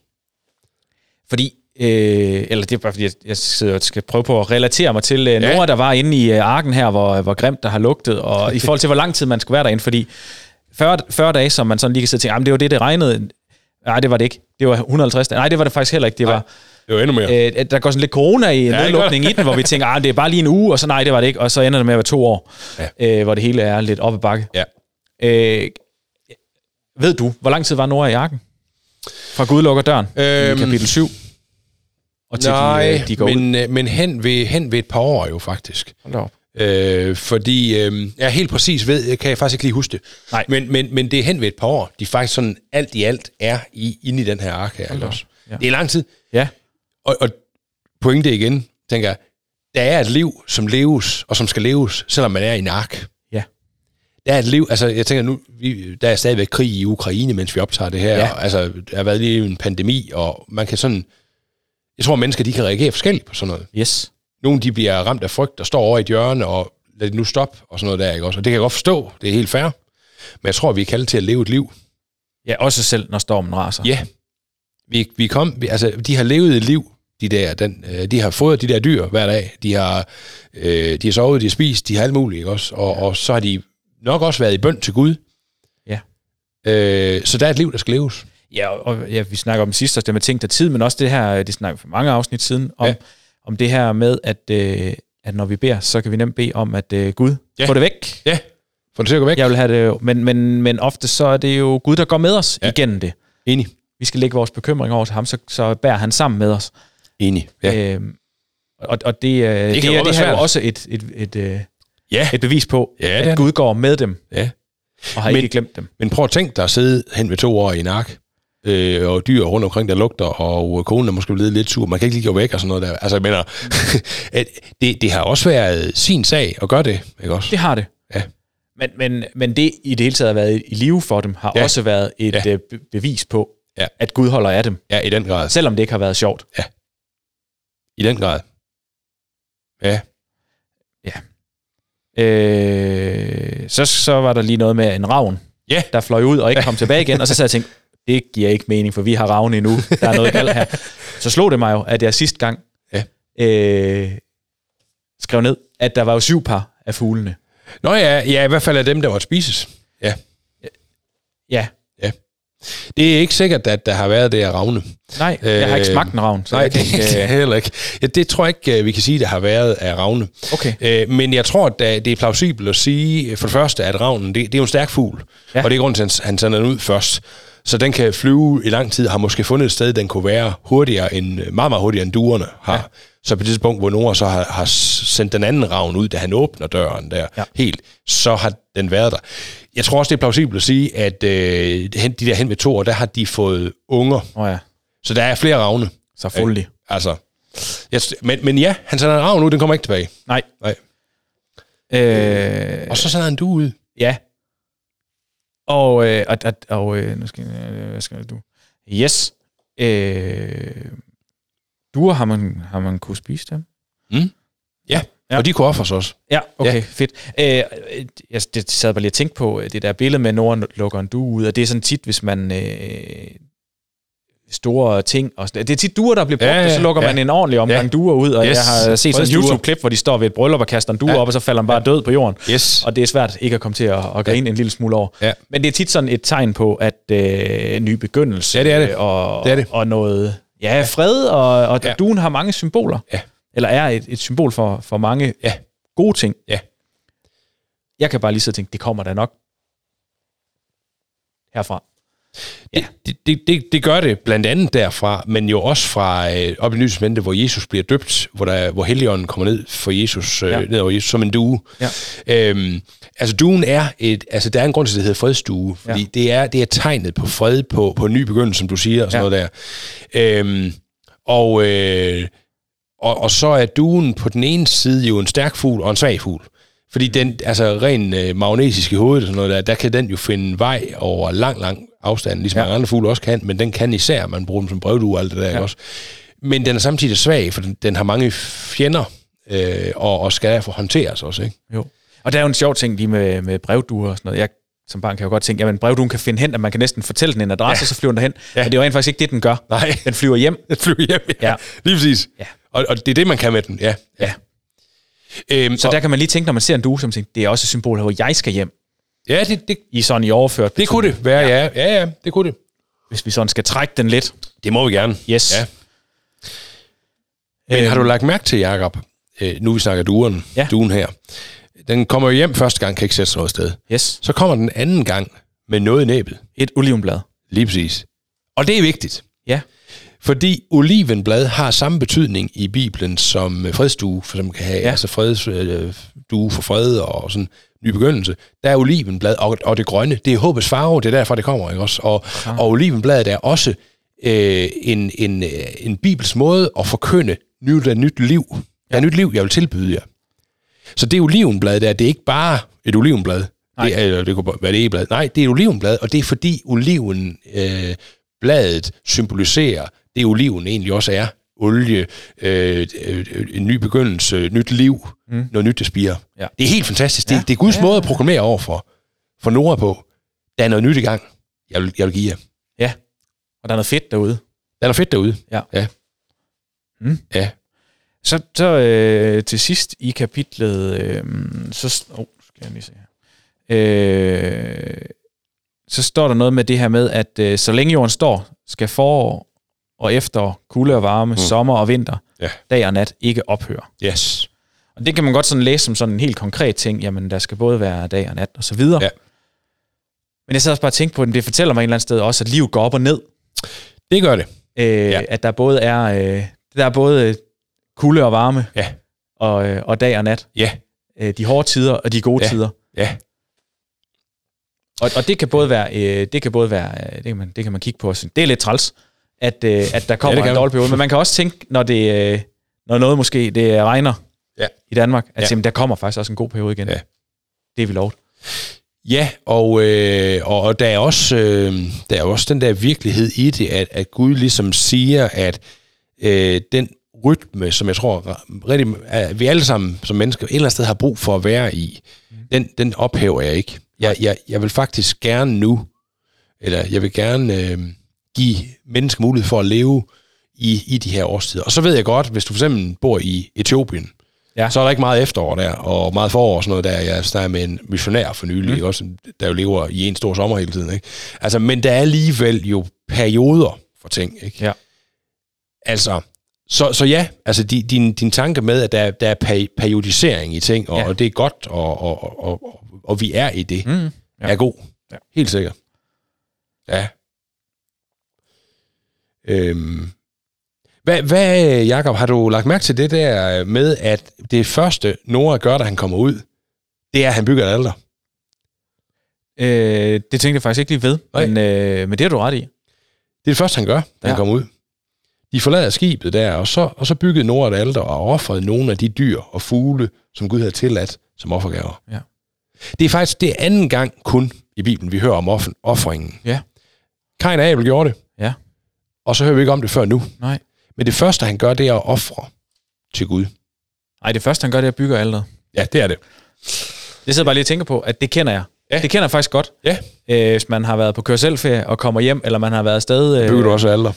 A: Fordi, øh, eller det er bare fordi, jeg, jeg sidder og skal prøve på at relatere mig til øh,
B: Ja.
A: ja. Nora, der var inde i øh, arken her, hvor, hvor grimt der har lugtet, og i forhold til, hvor lang tid man skulle være derinde, fordi 40, 40 dage, som man sådan lige kan sidde og tænke, "Ah, men det var det, det regnede. Nej, det var det ikke. Det var 150 dage. Nej, det var det faktisk heller ikke. Det var,
B: Det er jo endnu mere.
A: øh, at der går sådan lidt corona i
B: gør
A: ja,
B: der.
A: nedlukningen i den, hvor vi tænker, ah, det er bare lige en uge, og så nej, det var det ikke, og så ender det med at være to år, ja. øh, hvor det hele er lidt op ad bakke.
B: Ja.
A: Øh, ved du, hvor lang tid var Nora i arken? Fra Gud lukker døren øhm,
B: Øhm,
A: i kapitel 7. Og til de,
B: Nej,
A: øh, de går ud.
B: men, øh, men hen, ved, hen ved et par år jo faktisk.
A: Hold da op.
B: Øh, fordi øh, jeg helt præcis ved, kan jeg faktisk ikke lige huske det.
A: Nej.
B: Men, men, men det er hen ved et par år, de faktisk sådan alt i alt er i, inde i den her ark her.
A: Hold
B: ikke
A: da
B: også?
A: op, ja.
B: Det er lang tid.
A: Ja,
B: Og, og pointe igen, tænker jeg, der er et liv, som leves, og som skal leves, selvom man er i en ark.
A: ja.
B: Der er et liv, altså jeg tænker nu, vi, der er stadigvæk krig i Ukraine, mens vi optager det her.
A: Ja.
B: Og, altså, der har været lige en pandemi, og man kan sådan... Jeg tror, mennesker de kan reagere forskelligt på sådan noget.
A: Yes.
B: Nogle de bliver ramt af frygt og står over i et hjørne og lad det nu stoppe og sådan noget der, ikke også? Og det kan jeg godt forstå, det er helt fair. Men jeg tror, vi er kaldet til at leve et liv.
A: Ja, også selv, når stormen raser.
B: Ja. Vi, vi kom, vi, altså, de har levet et liv, de der, den, øh, de har fået de der dyr hver dag. De har, øh, de har sovet, de har spist, de har alt muligt, ikke også? Og, og så har de nok også været i bøn til Gud.
A: Ja.
B: Øh, så der er et liv, der skal leves.
A: Ja, og ja, vi snakker om sidst også det med ting der tid, men også det her, øh, det snakker vi for mange afsnit siden, om,
B: Ja.
A: ja. om det her med, at, øh, at når vi beder, så kan vi nemt bede om, at øh, Gud,
B: Ja.
A: ja. få det væk.
B: Ja. For det til at gå væk.
A: Jeg vil have det, men, men, men ofte så er det jo Gud, der går med os
B: Ja.
A: ja. igennem det.
B: Enig.
A: Vi skal lægge vores bekymringer over til ham, så, så bærer han sammen med os.
B: Enig. Øh, Ja.
A: Øhm, og, og det, øh, det,
B: kan
A: det,
B: jo
A: det,
B: godt
A: det her
B: være
A: er jo
B: svært.
A: også et, et, et, øh,
B: ja.
A: et bevis på,
B: Ja, det
A: at
B: er det.
A: Gud går med dem
B: ja.
A: og har
B: Men-
A: men, ikke glemt dem.
B: Men prøv at tænke dig at sidde hen ved to år i en ark, øh, og dyr rundt omkring, der lugter, og øh, konen er måske blevet lidt sur, man kan ikke lige gå væk og sådan noget der. Altså, jeg mener, at det, det har også været sin sag at gøre det, ikke også?
A: Det har det.
B: Ja.
A: Men, men, men det i det hele taget har været i live for dem, har
B: Ja.
A: ja. også været et
B: Ja.
A: ja. bevis på,
B: Ja.
A: ja. at Gud holder af dem,
B: Ja, i den grad.
A: selvom det ikke har været sjovt.
B: I den grad. Ja.
A: Øh, så, så var der lige noget med en ravn,
B: Ja.
A: der fløj ud og ikke kom tilbage igen, og så sad jeg og tænkte, det giver ikke mening, for vi har ravne endnu, der er noget galt her. Så slog det mig jo, at jeg sidste gang
B: Ja.
A: øh, skrev ned, at der var jo syv par af fuglene.
B: Nå ja, ja, i hvert fald af dem, der var at spises. Ja.
A: Ja,
B: Det er ikke sikkert, at der har været det at ravne.
A: nej, øh, jeg har ikke
B: Øh,
A: smagt en ravn. Så
B: Nej,
A: jeg
B: det
A: tænkte,
B: er
A: øh,
B: heller ikke. Ja, det tror jeg ikke, øh, vi kan sige, der har været af ravne.
A: Okay.
B: Øh, men jeg tror, at øh, det er plausibelt at sige, øh, for det første, at ravnen, det, det er jo en stærk fugl. Ja.
A: Ja.
B: Og det er grunden til, at han- han sender den ud først. Så den kan flyve i lang tid, har måske fundet et sted, den kunne være hurtigere end, øh, meget, meget hurtigere end duerne har. Ja. Så på det tidspunkt, hvor Nora så har, har s- sendt den anden ravn ud, da han åbner døren der ja.
A: Ja.
B: helt, så har den været der. Jeg tror også, det er plausibelt at sige, at øh, hen- de der hen ved to år, der har de fået unger.
A: Åh oh ja,
B: Så der er flere ravne.
A: selvfølgelig.
B: Altså, jeg, st- men, men ja, han sender en ravn ud, den kommer ikke tilbage.
A: Nej.
B: Nej.
A: Øh,
B: Og så sender han du ud.
A: ja. Og, øh, og, og, og øh, nu skal, øh, hvad skal du? Yes. Øh, duer har man, har man kunne spise dem?
B: Ja, ja.
A: Ja.
B: og de kunne offres også.
A: Ja, okay,
B: Ja.
A: ja. fedt. Øh, jeg det sad bare lige og tænkte på øh, det der billede med, at Norden lukker en due ud, og det er sådan tit, hvis man øh, store ting. Og sådan- det er tit duer, der bliver brugt, ja,
B: Ja,
A: ja,
B: ja,
A: og så lukker ja.
B: ja.
A: man en ordentlig omgang ja.
B: Ja.
A: duer ud. Og yes.
B: Yes.
A: jeg har set sådan et
B: Fredsduer.
A: YouTube-klip, hvor de står ved et bryllup og kaster en due ja. op, og så falder den bare død på jorden.
B: Yes.
A: Og det er svært ikke at komme til at, at grine ja. en lille smule over.
B: Ja.
A: Men det er tit sådan et tegn på, at øh, en ny begyndelse.
B: Ja, det er det.
A: Og,
B: Det er det.
A: og noget ja, fred, og, og ja.
B: Ja.
A: duen har mange symboler.
B: Ja.
A: Eller er et, et symbol for, for mange ja. gode ting.
B: Ja.
A: Jeg kan bare lige så tænke, det kommer da nok herfra.
B: Ja. Det, det, det, det gør det blandt andet derfra, men jo også fra øh, op i Nysmænde, hvor Jesus bliver døbt, hvor, der, hvor Helligånden kommer ned for Jesus, øh,
A: Ja.
B: ja. ned over Jesus som en due.
A: Ja.
B: Øhm, altså duen er et, altså der er en grund til, at det hedder fredsdue, fordi
A: Ja.
B: ja. det, er, det er tegnet på fred, på, på en ny begyndelse, som du siger, og sådan
A: Ja.
B: ja. noget der. Øhm, og, øh, og, og så er duen på den ene side jo en stærk fugl og en svag fugl. Fordi den, altså ren øh, magnetisk i hovedet og sådan noget der, der kan den jo finde vej over lang, lang afstand, ligesom
A: Ja.
B: ja. mange andre fugle også kan, men den kan især, man bruger den som brevdue og alt det der, ja. også? Men den er samtidig svag, for den, den har mange fjender, øh, og, og skal derfor håndteres også, ikke?
A: Jo. Og der er jo en sjov ting lige med, med brevduer og sådan noget. Jeg som barn kan jo godt tænke, jamen brevduen kan finde hen, at man kan næsten fortælle den en adresse, ja. og så flyver den derhen. Ja. Men det er jo rent faktisk ikke det, den gør.
B: Nej.
A: Den flyver hjem.
B: At flyve hjem,
A: Ja.
B: Lige præcis.
A: Ja.
B: Og, og det er det, man kan med den, ja.
A: Ja.
B: Øhm,
A: Så der kan man lige tænke, når man ser en due, som tænker, det er også et symbol, hvor jeg skal hjem.
B: ja, det, det,
A: I sådan i overført.
B: det kunne det være, ja. ja. Ja, det kunne det.
A: Hvis vi sådan skal trække den lidt.
B: Det må vi gerne.
A: Yes.
B: Ja. Men har du lagt mærke til, Jacob, øh, nu vi snakker duren,
A: Ja.
B: duen her, den kommer jo hjem første gang, kan ikke sætte sig noget sted.
A: Yes.
B: Så kommer den anden gang med noget i næbet.
A: Et olivenblad.
B: Lige præcis. Og det er vigtigt,
A: Ja.
B: fordi olivenblad har samme betydning i Bibelen som øh, fredsdue, for som kan have
A: Ja.
B: ja. altså fredsdue for fred og sådan ny begyndelse. Der er olivenblad og, og det grønne. Det er håbets farve, det er derfor, det kommer, ikke også? Og, ja. og olivenbladet er også øh, en, en, øh, en bibels måde at forkynde, nu er der nyt liv. Der er nyt liv, jeg vil tilbyde jer. Så det olivenblad der, det er ikke bare et olivenblad. Det, er, eller det kunne være det blad. Nej, det er et olivenblad, og det er fordi oliven, øh, bladet symboliserer det, oliven egentlig også er. Olie, øh, øh, øh, en ny begyndelse, nyt liv, mm. noget nyt, der spiger.
A: Ja.
B: Det er helt fantastisk. Det, det er Guds ja. måde at proklamere overfor. For Nora på, der er noget nyt i gang. Jeg vil, jeg vil give jer.
A: Ja. Og der er noget fedt derude.
B: Der er noget fedt derude.
A: Ja.
B: Ja.
A: Mm.
B: ja.
A: Så, så øh, til sidst i kapitlet, øh, så, st- oh, skal jeg lige se her. Øh, så står der noget med det her med, at øh, så længe jorden står, skal forår og efter kulde og varme, mm. sommer og vinter,
B: Ja.
A: dag og nat ikke ophøre.
B: Yes.
A: Og det kan man godt sådan læse som sådan en helt konkret ting, jamen der skal både være dag og nat og så videre.
B: Ja.
A: Men jeg sad også bare og tænkte på, at det fortæller mig et eller andet sted også, at liv går op og ned.
B: Det gør det.
A: Øh, ja. At der både er, øh, der er både øh, kulde og varme,
B: Ja.
A: og, øh, og dag og nat.
B: Ja.
A: Øh, de hårde tider og de gode ja.
B: Ja.
A: tider.
B: Ja.
A: Og, og det kan både være, øh, det kan både være, øh, det kan man, det kan man kigge på. og sige, Det er lidt træls, at, øh, at der kommer
B: det
A: ja,
B: kan
A: en
B: man.
A: dårlig periode. Men man kan også tænke, når det, øh, når noget måske det øh, regner
B: Ja.
A: i Danmark, at
B: Ja.
A: ja. der kommer faktisk også en god periode igen.
B: Ja.
A: Det er vi lovet.
B: Ja, og, øh, og, og der, er også, øh, der er også den der virkelighed i det, at, at Gud ligesom siger, at øh, den rytme, som jeg tror, rigtig, at vi alle sammen som mennesker et eller andet sted har brug for at være i, den, den ophæver jeg ikke. Jeg, jeg, jeg vil faktisk gerne nu, eller jeg vil gerne øh, give mennesker mulighed for at leve i, i de her årstider. Og så ved jeg godt, hvis du for eksempel bor i Etiopien,
A: Ja.
B: ja. så er der ikke meget efterår der, og meget forår og sådan noget der. Jeg snakker med en missionær for nylig,
A: Mhm.
B: mm. også, der jo lever i en stor sommer hele tiden. Ikke? Altså, men der er alligevel jo perioder for ting. Ikke?
A: Ja.
B: Altså, så, så ja, altså di- din, din tanke med, at der, er- der er peri- periodisering i ting, og,
A: Ja.
B: ja. og det er godt, og, og, og, og, og vi er i det, mm.
A: Mm. Ja.
B: ja. er god.
A: Ja.
B: Ja. Helt sikkert. Ja. Øhm. Hvad, hvad, Jacob, har du lagt mærke til det der med, at det første Nora gør, da han kommer ud, det er, at han bygger et alter?
A: Øh, det tænkte jeg faktisk ikke lige ved,
B: Nej.
A: men, øh, men det har du ret i.
B: Det er det første, han gør, da
A: Ja.
B: ja. han kommer ud. De forlader skibet der, og så, og så byggede Nora et alter og offrede nogle af de dyr og fugle, som Gud havde tilladt som offergaver.
A: Ja.
B: Det er faktisk det er anden gang kun i Bibelen, vi hører om offer, offringen.
A: Ja.
B: Kain og Abel gjorde det,
A: Ja.
B: og så hører vi ikke om det før nu.
A: Nej.
B: Men det første, han gør, det er at ofre til Gud.
A: Ej, det første, han gør, det er at bygge alderet.
B: Ja, det er det.
A: Jeg sidder bare lige og tænker på, at det kender jeg.
B: Ja.
A: Det kender jeg faktisk godt.
B: Ja.
A: Øh, hvis man har været på kørselferie og kommer hjem, eller man har været afsted.
B: Bygger du også alter?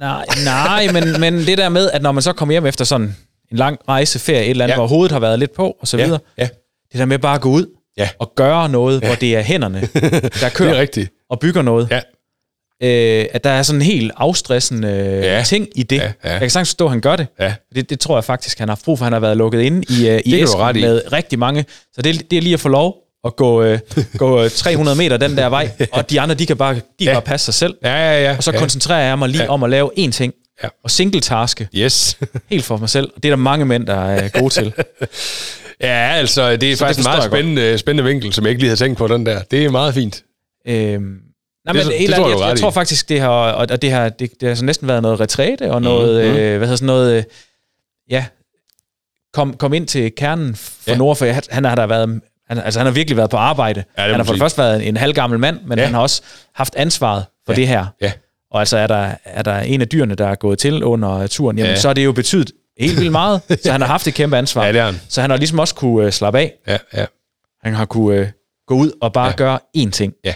A: Nej, nej men, men det der med, at når man så kommer hjem efter sådan en lang rejseferie, et eller andet,
B: Ja.
A: ja. hvor hovedet har været lidt på, og så videre.
B: ja.
A: Det der med bare at gå ud
B: Ja.
A: og gøre noget, ja. hvor det er hænderne, der
B: Det er
A: kører
B: rigtigt.
A: og bygger noget.
B: Ja.
A: Øh, at der er sådan en helt afstressende ja.
B: Ja.
A: ting i det.
B: Ja, ja.
A: Jeg kan sagtens forstå, at han gør det.
B: Ja.
A: det. Det tror jeg faktisk, han har haft brug for. Han har været lukket inde i, øh, i
B: kan du
A: æsken
B: ret i.
A: med rigtig mange. Så det, det er lige at få lov at gå, øh, gå øh, 300 meter den der vej, og de andre, de kan bare, de kan
B: Ja.
A: bare passe sig selv.
B: Ja, ja, ja.
A: Og så
B: ja.
A: koncentrerer jeg mig lige
B: Ja.
A: om at lave én ting.
B: Ja.
A: Og single-taske
B: Yes.
A: helt for mig selv. Og det er der mange mænd, der er gode til.
B: ja, altså, det er så faktisk det
A: forstår jeg
B: en meget
A: godt.
B: spændende, spændende vinkel, som jeg ikke lige havde tænkt på, den der. Det er meget fint.
A: Øhm, nej,
B: Det-
A: men
B: det
A: helt
B: tror
A: ærligt,
B: jeg,
A: jeg,
B: du
A: jeg,
B: har ret i.
A: tror faktisk, det har, og, og det har det, det har så næsten været noget retræte, og noget,
B: Mhm.
A: mm, øh, hvad hedder sådan noget, øh, ja, kom, kom ind til kernen for ja.
B: Ja.
A: Nord, for jeg, han har da været, han, altså han har virkelig været på arbejde.
B: må
A: Ja, han
B: man
A: har for det
B: sige.
A: første været en, en halvgammel mand, men
B: Ja.
A: ja. han har også haft ansvaret for ja. det her.
B: Ja.
A: Og altså er der, er der en af dyrene, der er gået til under turen, jamen ja.
B: Ja.
A: så er det jo betydet helt vildt meget, så han har haft et kæmpe ansvar.
B: Ja, det har han.
A: Så han har ligesom også kunne øh, slappe af.
B: Ja, ja.
A: Han har kunne øh, gå ud og bare ja. gøre én ting.
B: Ja.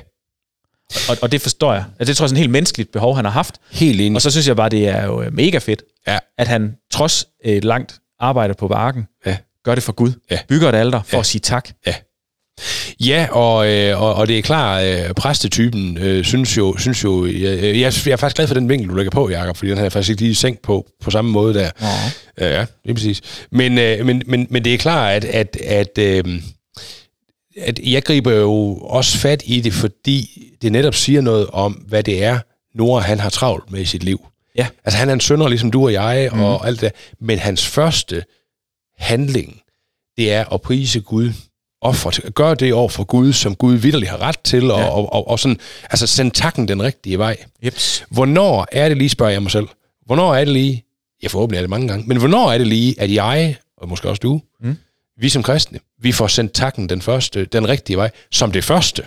A: Og, og det forstår jeg. Altså, det tror jeg er sådan et helt menneskeligt behov, han har haft.
B: Helt enig.
A: Og så synes jeg bare, det er jo øh, mega fedt,
B: Ja.
A: at han trods et langt arbejde på barken,
B: Ja.
A: gør det for Gud.
B: Ja.
A: Bygger et alter for at sige tak.
B: Ja, og, øh, og, og det er klart, øh, præstetypen øh, synes jo, synes jo jeg, jeg, jeg er faktisk glad for den vinkel, du lægger på, Jacob, fordi den har jeg faktisk ikke lige sænkt på, på samme måde der. Ja, ja lige præcis. Men, øh, men, men, men det er klart, at, at, at, øh, at jeg griber jo også fat i det, fordi det netop siger noget om, hvad det er, Nora han har travlt med i sit liv.
A: Ja. Mhm.
B: Altså han er en sønder, ligesom du og jeg, og alt det der. Men hans første handling, det er at prise Gud offer, til- gøre det over for Gud, som Gud vidderligt har ret til, og,
A: Ja.
B: ja. og, og, og sådan, altså sende takken den rigtige vej.
A: Jeps.
B: Hvornår er det lige, spørger jeg mig selv, hvornår er det lige, jeg forhåbentlig er det mange gange, men hvornår er det lige, at jeg, og måske også du,
A: Mm.
B: mm. vi som kristne, vi får sendt takken den første, den rigtige vej, som det første?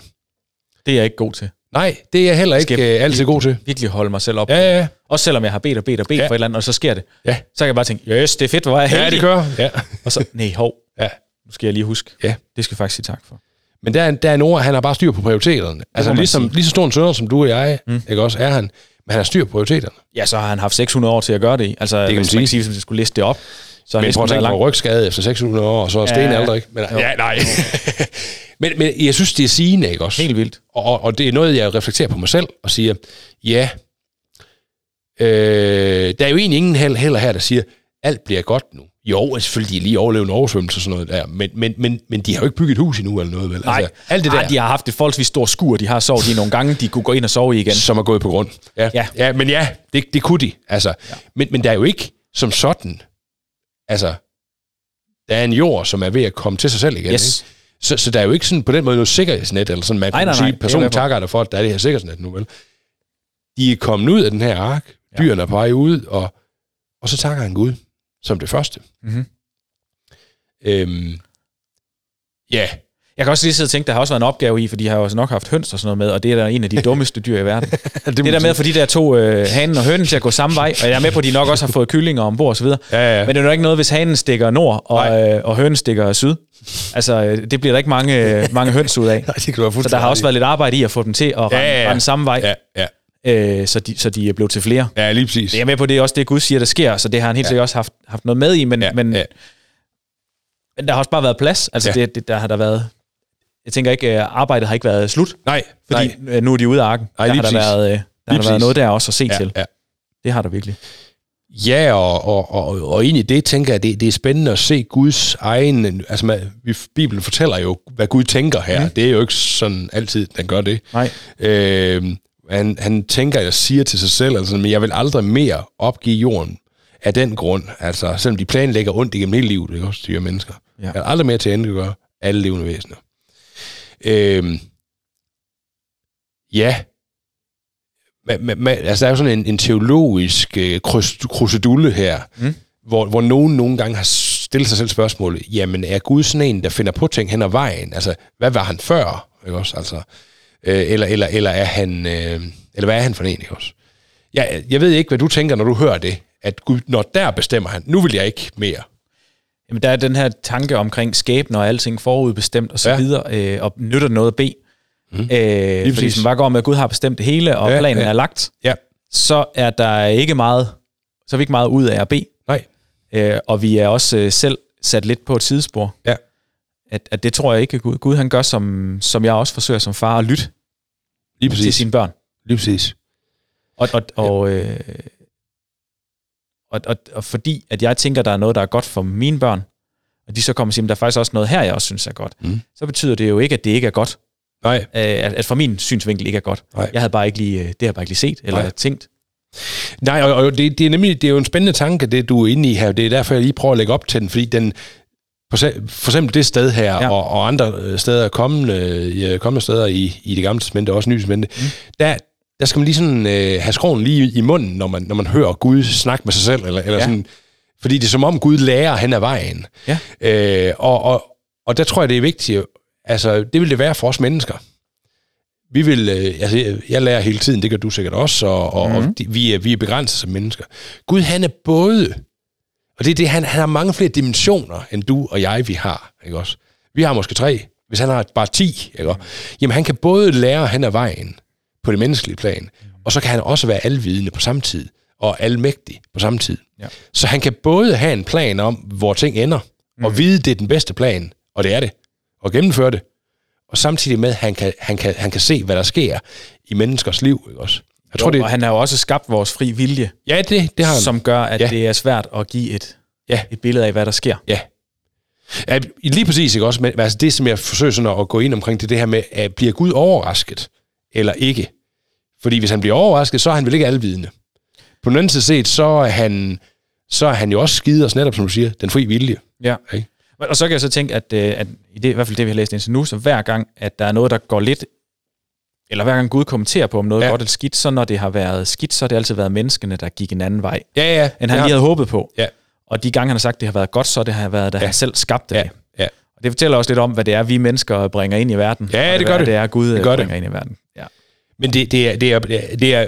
A: Det er jeg ikke god til.
B: Nej, det er jeg heller ikke
A: Skal-
B: øh, altid god til.
A: Virkelig holde mig selv op.
B: Ja, ja, ja.
A: Også selvom jeg har bedt og bedt og bedt ja.
B: Ja.
A: for et eller andet, og så sker det.
B: Ja.
A: Så kan jeg bare tænke, yes, det er fedt, hvor er jeg
B: Ja,
A: heldig.
B: det kører. Ja.
A: Og så, nej, hov,
B: ja.
A: nu skal jeg lige huske.
B: Ja.
A: Det skal jeg faktisk sige tak for.
B: Men der, er- der er Nora, han har bare styr på prioriteterne. Altså
A: man
B: ligesom,
A: sige.
B: lige så stor en sønder som du og jeg, mm. ikke også, er han, men han har styr på prioriteterne.
A: Ja, så har han haft 600 år til at gøre det i. Altså, det
B: kan man
A: hvis man
B: sige.
A: kan sige, hvis man skulle liste det op, så har han
B: Men
A: næsten
B: prøv at
A: været
B: tænke
A: langt.
B: på rygskade efter 600 år, og så er Sten
A: ja.
B: aldrig ikke. Men,
A: Jo.
B: ja, nej. men, men jeg synes, det er sigende, ikke også?
A: Helt vildt.
B: Og- Og, og det er noget, jeg reflekterer på mig selv og siger, ja, øh, der er jo egentlig ingen hel- heller her, der siger, alt bliver godt nu. Jo, altså, selvfølgelig de er lige overlevet en oversvømmelse og sådan noget der, men, men, men, men de har jo ikke bygget et hus endnu eller noget, vel?
A: Nej,
B: altså, alt det der,
A: Ej, de har haft et forholdsvis stort skur, de har sovet i nogle gange, de kunne gå ind og sove i igen.
B: som er gået på grund. Ja,
A: Ja.
B: ja. ja men ja, det, det kunne de. Altså. Ja. Men, men der er jo ikke som sådan, altså, der er en jord, som er ved at komme til sig selv igen.
A: Yes.
B: Ikke? Så, så der er jo ikke sådan på den måde noget sikkerhedsnet, eller sådan, man
A: Nej,
B: kan
A: nej, nej, det
B: sige,
A: er
B: personen
A: derfor.
B: takker dig for, at der er det her sikkerhedsnet nu, vel? De er kommet ud af den her ark,
A: Ja.
B: dyrene er på vej ud, og, og så takker han Gud som det første.
A: Mhm.
B: Øhm, ja,
A: Jeg kan også lige sidde og tænke, der har også været en opgave i, for de har jo også nok haft høns og sådan noget med, og det er da en af de dummeste dyr i verden.
B: må
A: det der med
B: man
A: at få de der to øh, hanen og hønen til at gå samme vej, og jeg er med på, at de nok også har fået kyllinger ombord og så videre.
B: Ja, ja.
A: Men det er jo ikke noget, hvis hanen stikker nord, og, øh, og hønen stikker syd. Altså, øh, det bliver der ikke mange, øh, mange høns ud af.
B: Nej, det kan du have
A: Så der har
B: ret
A: også
B: i.
A: været lidt arbejde i at få dem til at rende,
B: ja, ja.
A: rende samme vej,
B: Ja, ja,
A: øh, så, de, så de er blevet til flere.
B: ja, lige præcis.
A: Jeg er med på, det er også det, Gud siger, der sker, så det har han helt sikkert også haft, haft noget med i, men,
B: ja,
A: men,
B: ja.
A: Men der har også bare været plads. Altså, ja.
B: Ja.
A: det, det, der har der været... Jeg tænker ikke, øh, arbejdet har ikke været slut,
B: Nej,
A: fordi
B: nej.
A: øh, nu er de ude af arken.
B: Nej,
A: der
B: lige
A: har der
B: præcis.
A: været, øh, der har der været
B: præcis.
A: noget der også at se ja.
B: Ja,
A: til.
B: ja.
A: Det har der virkelig.
B: Ja, og, og, og, og egentlig det, tænker jeg, det, det er spændende at se Guds egen... Altså, man, vi, Bibelen fortæller jo, hvad Gud tænker her. Mm. Det er jo ikke sådan altid, den gør det.
A: Nej.
B: Øh, han, han tænker og siger til sig selv, altså, men jeg vil aldrig mere opgive jorden af den grund. Altså, selvom de planlægger ondt igennem hele livet, ikke også, de her mennesker.
A: Ja.
B: Ja. Jeg vil aldrig mere til at gøre alle levende væsener. Øh, ja, man, man, man, altså der er jo sådan en, en teologisk øh, krys- krusedulle her,
A: Mm.
B: mm. hvor, hvor nogen nogle gange har stillet sig selv spørgsmålet, jamen er Gud sådan en, der finder på ting hen ad vejen? Altså, hvad var han før? Ikke også? Altså, øh, eller, eller, eller, er han, øh, eller hvad er han for en, ikke også? Jeg, jeg ved ikke, hvad du tænker, når du hører det, at Gud, når der bestemmer han, nu vil jeg ikke mere.
A: Jamen, der er den her tanke omkring skæbne og alting forudbestemt og så
B: Ja. Mhm.
A: ja. videre, øh, og nytter det noget at bede. Mm. Øh, fordi
B: præcis.
A: hvis man bare går med, at Gud har bestemt det hele, og ja,
B: Ja,
A: planen ja.
B: ja.
A: er lagt,
B: Ja,
A: så er der ikke meget, så er vi ikke meget ud af at bede.
B: Nej.
A: Øh, og vi er også øh, selv sat lidt på et sidespor.
B: Ja.
A: At, at det tror jeg ikke, at Gud, Gud han gør, som, som jeg også forsøger som far at lytte
B: Lige
A: til sine børn.
B: Lige præcis.
A: Og, og, og, øh, og, og, og fordi, at jeg tænker, der er noget, der er godt for mine børn, og de så kommer og siger, at der er faktisk også noget her, jeg også synes er godt,
B: Mm.
A: mm. så betyder det jo ikke, at det ikke er godt.
B: Nej.
A: Øh, at, at fra min synsvinkel ikke er godt.
B: Nej.
A: Jeg havde bare ikke lige, øh, det har jeg bare ikke lige set, eller
B: Nej.
A: Nej. tænkt.
B: Nej, og, og det, det, er nemlig det er jo en spændende tanke, det du er inde i her. Det er derfor, jeg lige prøver at lægge op til den, fordi den, for se- for eksempel det sted her, ja.
A: Ja.
B: og, og andre øh, steder, kommende, øh, kommende steder i, i det gamle testamente, og også nye testamente, mm. der, der skal man lige sådan øh, have skroen lige i munden, når man, når man hører Gud snakke med sig selv, eller, eller ja.
A: Ja.
B: sådan, fordi det er som om Gud lærer hen ad vejen.
A: Ja.
B: Øh, og, og, og der tror jeg, det er vigtigt, altså det vil det være for os mennesker. Vi vil, øh, altså, jeg- jeg lærer hele tiden, det gør du sikkert også, og, og, mm. og de, vi, er, vi er begrænset som mennesker. Gud, han er både, og det er det, han, han har mange flere dimensioner, end du og jeg, vi har, ikke også? Vi har måske tre, hvis han har bare ti, ikke også? Jamen, han kan både lære hen ad vejen på det menneskelige plan, og så kan han også være alvidende på samme tid, og almægtig på samme tid.
A: Ja.
B: Så han kan både have en plan om, hvor ting ender, mm. og vide, det er den bedste plan, og det er det, og gennemføre det, og samtidig med, at han kan, han kan, han kan se, hvad der sker i menneskers liv, ikke også? Jeg tror,
A: Jo,
B: det,
A: Og han har jo også skabt vores fri vilje,
B: ja, det, det har han.
A: som gør, at
B: Ja.
A: ja. det er svært at give et,
B: Ja.
A: ja. et billede af, hvad der sker.
B: Ja. ja. Lige præcis, ikke også? Men altså det, som jeg forsøger sådan at gå ind omkring, det er det her med, at bliver Gud overrasket eller ikke? Fordi hvis han bliver overrasket, så er han vel ikke alvidende. På den anden side set, så er han, så er han jo også skide os netop, som du siger, den fri vilje.
A: Ja.
B: Ikke?
A: Og og så kan jeg så tænke, at, øh, at i, det, i hvert fald det, vi har læst indtil nu, så hver gang, at der er noget, der går lidt, eller hver gang Gud kommenterer på, om noget
B: Ja.
A: ja. godt eller skidt, så når det har været skidt, så har det altid været menneskene, der gik en anden vej,
B: Ja, ja.
A: end han
B: ja.
A: lige havde håbet på.
B: Ja.
A: Og de gange, han har sagt, at det har været godt, så det har været, da ja. han selv skabte
B: Ja,
A: det.
B: ja.
A: Og det fortæller også lidt om, hvad det er, vi mennesker bringer ind i verden.
B: Ja,
A: og
B: det gør
A: hvad
B: det.
A: det er, Gud
B: Det
A: øh,
B: gør det.
A: bringer ind i verden. Ja.
B: Men det, det, er, det, er, det, er, det, er,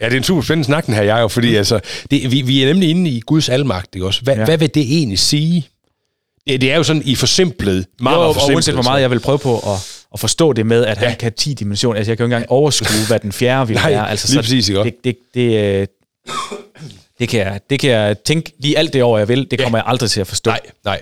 B: ja, det er en super spændende snak, den her, jeg jo, fordi altså, det, vi, vi er nemlig inde i Guds almagt, ikke også? Hva, ja.
A: Mm. Ja.
B: Hvad vil det egentlig sige? Det, det er jo sådan i forsimplet, meget,
A: Jo,
B: meget
A: og
B: forsimplet. altså.
A: uanset hvor meget jeg vil prøve på at, at forstå det med, at han
B: Ja.
A: ja. kan 10 dimensioner. Altså, jeg kan jo ikke engang overskue, hvad den fjerde vil
B: Nej,
A: være. Altså,
B: lige præcis, ikke også?
A: det, det, det, øh, det, kan jeg, det kan jeg tænke lige alt det over, jeg vil. Det kommer jeg aldrig til at forstå.
B: Nej, nej.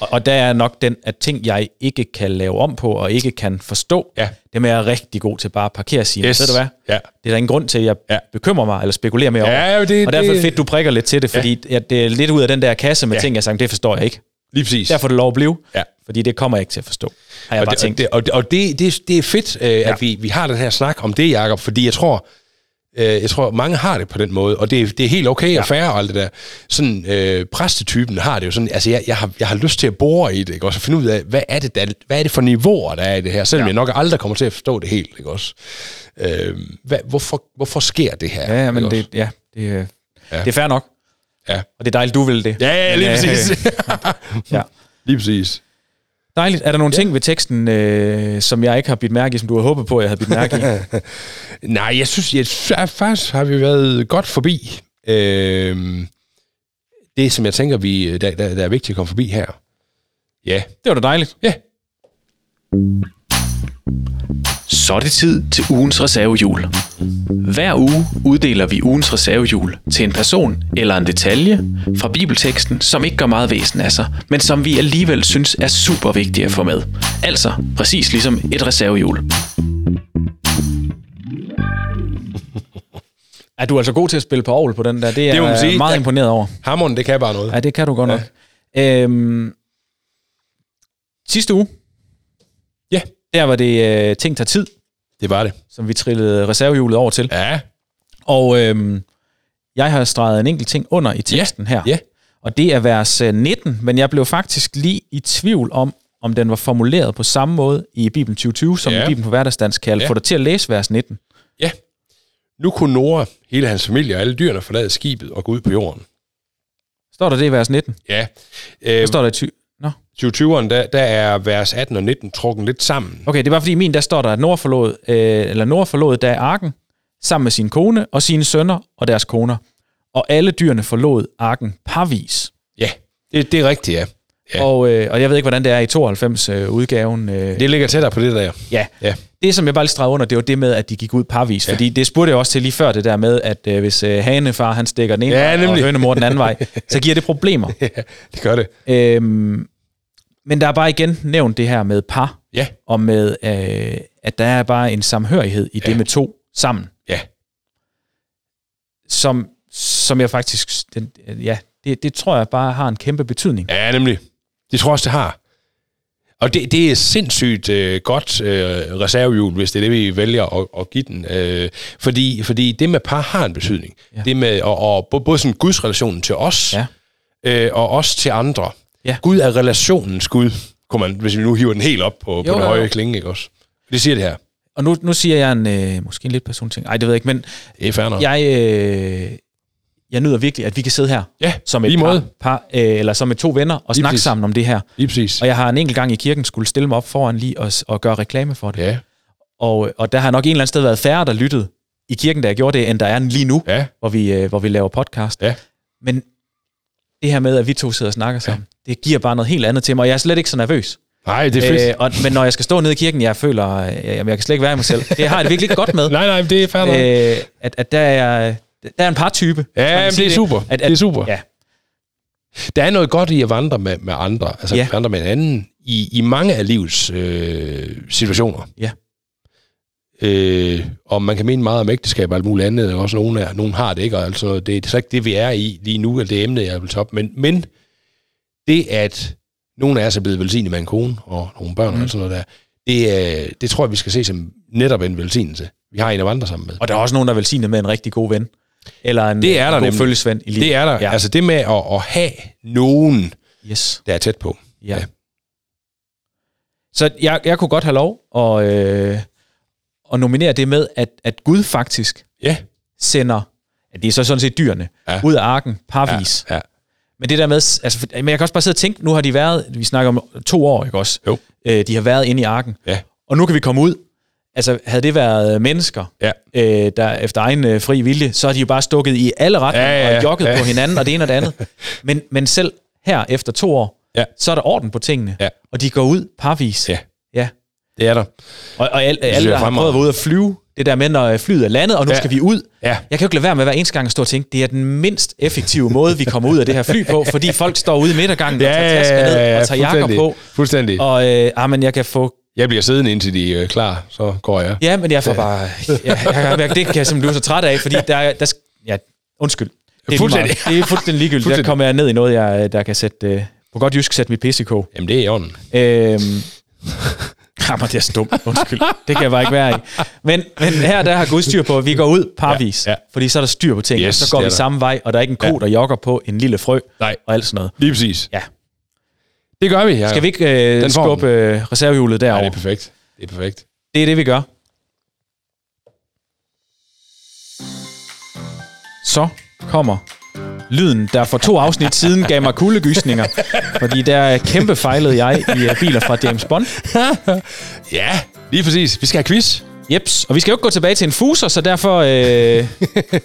A: Og, og der er nok den, at ting, jeg ikke kan lave om på og ikke kan forstå,
B: Ja.
A: dem er jeg rigtig god til bare at parkere og sige,
B: Yes.
A: yes. ved du hvad?
B: Ja.
A: Det er der ingen grund til, at jeg
B: Ja.
A: ja. bekymrer mig eller spekulerer mere
B: Ja,
A: over.
B: jo, det-
A: og derfor er
B: det-
A: det fedt, du prikker lidt til det, fordi ja. det er lidt ud af den der kasse med
B: Ja.
A: ja. ting, jeg sagde, det forstår jeg ikke.
B: Lige præcis.
A: Derfor er det lov at blive,
B: Ja.
A: fordi det kommer jeg ikke til at forstå, har jeg bare
B: og det,
A: tænkt.
B: Og, det, og det, det, det er fedt, øh, ja. at vi, vi har den her snak om det, Jacob, fordi jeg tror, øh, jeg tror mange har det på den måde, og det, er- det er helt okay og fair og alt det der. Sådan, øh, præstetypen har det jo sådan, altså jeg, jeg, har, jeg har lyst til at bore i det, ikke? også, og så finde ud af, hvad er det, der, hvad er det for niveauer, der er i det her, selvom ja. jeg nok aldrig kommer til at forstå det helt, ikke også? Øh, hvad, hvorfor, hvorfor sker det her?
A: Ja, ja,
B: ikke
A: men
B: også?
A: det, ja, det, øh,
B: Ja.
A: det er fair nok.
B: Ja.
A: Og det er dejligt, du vil det.
B: Ja, ja, lige
A: Men, øh,
B: præcis.
A: ja.
B: lige præcis.
A: Dejligt. Er der nogle ting ved teksten, øh, som jeg ikke har bidt mærke i, som du havde håbet på, at jeg havde bidt mærke i?
B: Nej, jeg synes, jeg synes at faktisk har vi været godt forbi øh, det, som jeg tænker, vi, der, der, der er vigtigt at komme forbi her. Ja.
A: Det var da dejligt.
B: Ja.
C: Så er det tid til ugens reservehjul. Hver uge uddeler vi ugens reservehjul til en person eller en detalje fra bibelteksten, som ikke gør meget væsen af sig, men som vi alligevel synes er super vigtige at få med. Altså præcis ligesom et reservehjul.
A: Er du altså god til at spille på Aarhus på den der? Det er
B: Det må man
A: jeg
B: sige.
A: meget
B: Jeg-
A: imponeret over.
B: Hammeren, det kan bare noget.
A: Ja, det kan du godt nok. Ja. Øhm, sidste uge,
B: Ja,
A: der var det øh, Ting tager tid,
B: det var det.
A: som vi trillede reservehjulet over til.
B: Ja.
A: Og øhm, jeg har streget en enkelt ting under i teksten her.
B: Ja.
A: Og det er vers øh, 19, men jeg blev faktisk lige i tvivl om, om den var formuleret på samme måde i Bibelen 2020, som
B: Ja.
A: ja. Bibelen på hverdagsdansk kalder.
B: Ja.
A: Ja. Få dig til at læse vers 19.
B: Ja. Nu kunne Nora, hele hans familie og alle dyrene forlade skibet og gå ud på jorden.
A: Står der det i vers 19?
B: Ja. Øh,
A: Så står der i ty- Nå.
B: 2020'eren, der, der er vers 18 og 19 trukket lidt sammen.
A: Okay, det var fordi i min, der står der, at Nord forlod, øh, eller Nord forlod da arken sammen med sin kone og sine sønner og deres koner. Og alle dyrene forlod arken parvis.
B: Ja, det, det er rigtigt, ja. Ja.
A: Ja. Og, øh, og jeg ved ikke, hvordan det er i 92-udgaven. Øh, øh,
B: Det ligger tættere på det der.
A: ja.
B: Ja.
A: Det, som jeg bare lige stregede under, det var det med, at de gik ud parvis. Ja. Fordi det spurgte jeg også til lige før, det der med, at øh, hvis øh, hanefar han stikker den ene
B: Ja,
A: vej, og
B: nemlig.
A: hønemor den anden vej, så giver det problemer.
B: ja, det gør det.
A: Øhm, men der er bare igen nævnt det her med par,
B: Ja,
A: og med, øh, at der er bare en samhørighed i ja.
B: Ja.
A: det med to sammen,
B: ja.
A: som, som jeg faktisk, den, øh, ja, det, det tror jeg bare har en kæmpe betydning.
B: Ja, nemlig. Det tror jeg også, det har. Og det, det er sindssygt øh, godt øh, reservehjul, hvis det er det, vi vælger at, at give den. Øh, fordi, fordi det med par har en betydning. Ja.
A: Ja.
B: Det med, og, og bo- både sådan gudsrelationen til os,
A: Ja.
B: øh, og os til andre.
A: Ja.
B: Gud er relationens Gud, kunne man, hvis vi nu hiver den helt op på, på
A: Jo,
B: den
A: jo, jo.
B: høje klinge, ikke også? Det siger det her.
A: Og nu, nu siger jeg en, øh, måske en lidt personlig ting, ej det ved jeg ikke, men
B: Det er fair nok.
A: jeg, øh, jeg nyder virkelig, at vi kan sidde her
B: ja,
A: som
B: lige
A: et par,
B: måde.
A: par øh, eller som et to venner og
B: Lige
A: snakke
B: præcis.
A: sammen om det her.
B: Lige præcis.
A: Og jeg har en enkelt gang i kirken skulle stille mig op foran lige og, s- og gøre reklame for det.
B: Ja,
A: Og, øh, og der har nok en eller anden sted været færre, der lyttede i kirken, da jeg gjorde det, end der er lige nu,
B: ja,
A: hvor, vi, øh, hvor vi laver podcast.
B: Ja.
A: Men det her med, at vi to sidder og snakker sammen, det giver bare noget helt andet til mig, og jeg er slet ikke så nervøs. Øh,
B: Nej, det er fedt.
A: og, men når jeg skal stå nede i kirken, jeg føler, øh, jamen, jeg kan slet ikke være i mig selv. Det har jeg det virkelig ikke godt med.
B: nej, nej, det er fair nok.
A: øh, at, at der, er, der er en partype.
B: Ja,
A: kan man
B: men
A: sige
B: det er super. Det er super.
A: Ja,
B: Der er noget godt i at vandre med, med andre, altså ja.
A: Ja.
B: vandre med hinanden, i, i mange af livets øh, situationer.
A: Ja.
B: Øh, og man kan mene meget om ægteskab og alt muligt andet, og også nogen, er, nogen har det ikke, og altså, det, det er så ikke det, vi er i lige nu, eller det emne, jeg vil tage op, men, men det, at nogen af os er blevet velsignet med en kone og nogle børn mm. og alt sådan noget der, det, øh, det tror jeg, vi skal se som netop en velsignelse. Vi har en at vandre sammen med.
A: og der er også nogen, der er velsignet med en rigtig god ven. Eller en,
B: Det er der
A: en god
B: nemlig.
A: følgesvend i livet.
B: Det er der. Ja.
A: Ja.
B: Altså det med at, at have nogen,
A: Yes.
B: der er tæt på.
A: Ja.
B: Ja.
A: ja. Så jeg, jeg kunne godt have lov at, øh, at nominere det med, at, at Gud faktisk
B: Ja.
A: sender, at det er så sådan set dyrene,
B: Ja.
A: ja. ud af arken, parvis. Ja.
B: Ja.
A: Men det der med, altså, for- men jeg kan også bare sidde og tænke, nu har de været, vi snakker om to år, ikke også?
B: Jo.
A: Øh, de har været inde i arken.
B: Ja.
A: Og nu kan vi komme ud. Altså, havde det været mennesker,
B: Ja.
A: øh, der efter egen øh, fri vilje, så har de jo bare stukket i alle retninger
B: Ja, ja, ja.
A: og jokket
B: Ja.
A: på hinanden og det ene og det andet. Men, men selv her efter to år,
B: Ja.
A: så er der orden på tingene,
B: Ja.
A: og de går ud parvis.
B: Ja.
A: ja.
B: Det er der.
A: Og, og alle,
B: synes
A: alle
B: jeg
A: der
B: er
A: har prøvet at være ude at flyve, det der med, når øh, flyet er landet, og nu
B: Ja.
A: ja. skal vi ud.
B: Ja.
A: Jeg kan jo ikke lade være med hver eneste gang at stå og tænke, det er den mindst effektive måde, vi kommer ud af det her fly på, fordi folk står ude i midtergangen og tager tasker ned og tager jakker på.
B: Fuldstændig. Og
A: Og øh, ah, men jeg kan få
B: jeg bliver siddende, indtil de øh, er klar, så går jeg.
A: Ja, men jeg får bare... Jeg, jeg, jeg, det kan jeg simpelthen blive så træt af, fordi der, er- der sk- ja, undskyld. Det er,
B: Fuldstændig.
A: fuldstændig. det er fuldstændig ligegyldigt.
B: Fuldstændig.
A: Der kommer jeg ned i noget, jeg, der kan sætte... Øh, på godt jysk sætte mit pisse i kog.
B: Jamen, det er i orden.
A: Øhm, Jamen, det er så dumt. Undskyld. Det kan jeg bare ikke være i. Men, men her, der har Gud styr på, at vi går ud parvis.
B: Ja,
A: Ja,
B: ja.
A: ja. Fordi så er der styr på ting.
B: Yes,
A: Yes, så går
B: det er
A: vi
B: der.
A: samme vej, og der er ikke en ko,
B: Ja.
A: ja. der jogger på en lille frø
B: Nej.
A: og alt sådan noget.
B: Lige præcis.
A: Ja.
B: Det gør vi. Ja.
A: Skal vi ikke
B: Den
A: øh,
B: får den.
A: skubbe øh, reservehjulet
B: Ja,
A: derover?
B: det er perfekt. Det er perfekt.
A: Det er det, vi gør. Så kommer lyden, der for to afsnit siden gav mig kuldegysninger, fordi der kæmpe fejlede jeg i øh, biler fra James Bond.
B: Ja, lige præcis. Vi skal have quiz.
A: Jeps, og vi skal jo ikke gå tilbage til en fuser, så derfor øh,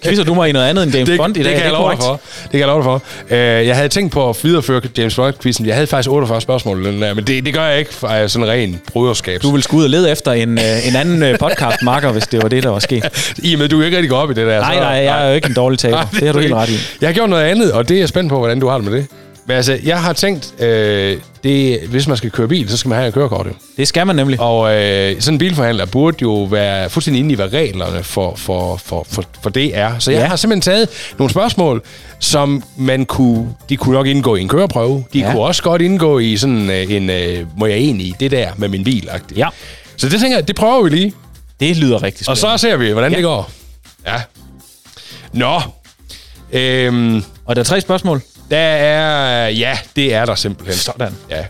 A: quizzer du mig i noget andet end James Bond i dag.
B: det kan jeg
A: er
B: love dig
A: korrekt.
B: for. Det kan jeg love dig for. Øh, jeg havde tænkt på at videreføre James Bond-quizzen. Jeg havde faktisk 48 spørgsmål, i den der, men det, det gør jeg ikke for øh, sådan ren bruderskab.
A: Du
B: Du...
A: vil skulle ud og lede efter en, øh, en anden øh, podcast-marker, hvis det var det, der var sket.
B: I og med, du er ikke rigtig går op i det der.
A: Nej, nej, jeg er jo ikke en dårlig taber.
B: Ah,
A: Det har du helt ret i.
B: Jeg har gjort noget andet, og det er jeg spændt på, hvordan du har det med det. Men altså, jeg har tænkt, øh, det, hvis man skal køre bil, så skal man have en kørekort jo.
A: Det skal man nemlig.
B: Og øh, sådan en bilforhandler burde jo være fuldstændig inde i, hvad reglerne for, for, for, for, for det er. Så jeg ja.
A: Ja.
B: har simpelthen taget nogle spørgsmål, som man kunne, de kunne nok indgå i en køreprøve. De ja.
A: Ja.
B: kunne også godt indgå i sådan øh, en, øh, må jeg egentlig i det der med min bil -agtigt.
A: Ja,
B: Så det tænker jeg, det prøver vi lige.
A: det lyder rigtig
B: Og
A: spændende.
B: så ser vi, hvordan ja.
A: Ja.
B: det går. Ja. Nå. Øhm,
A: og der er tre spørgsmål.
B: der er... Ja, det er der simpelthen.
A: Sådan.
B: Ja.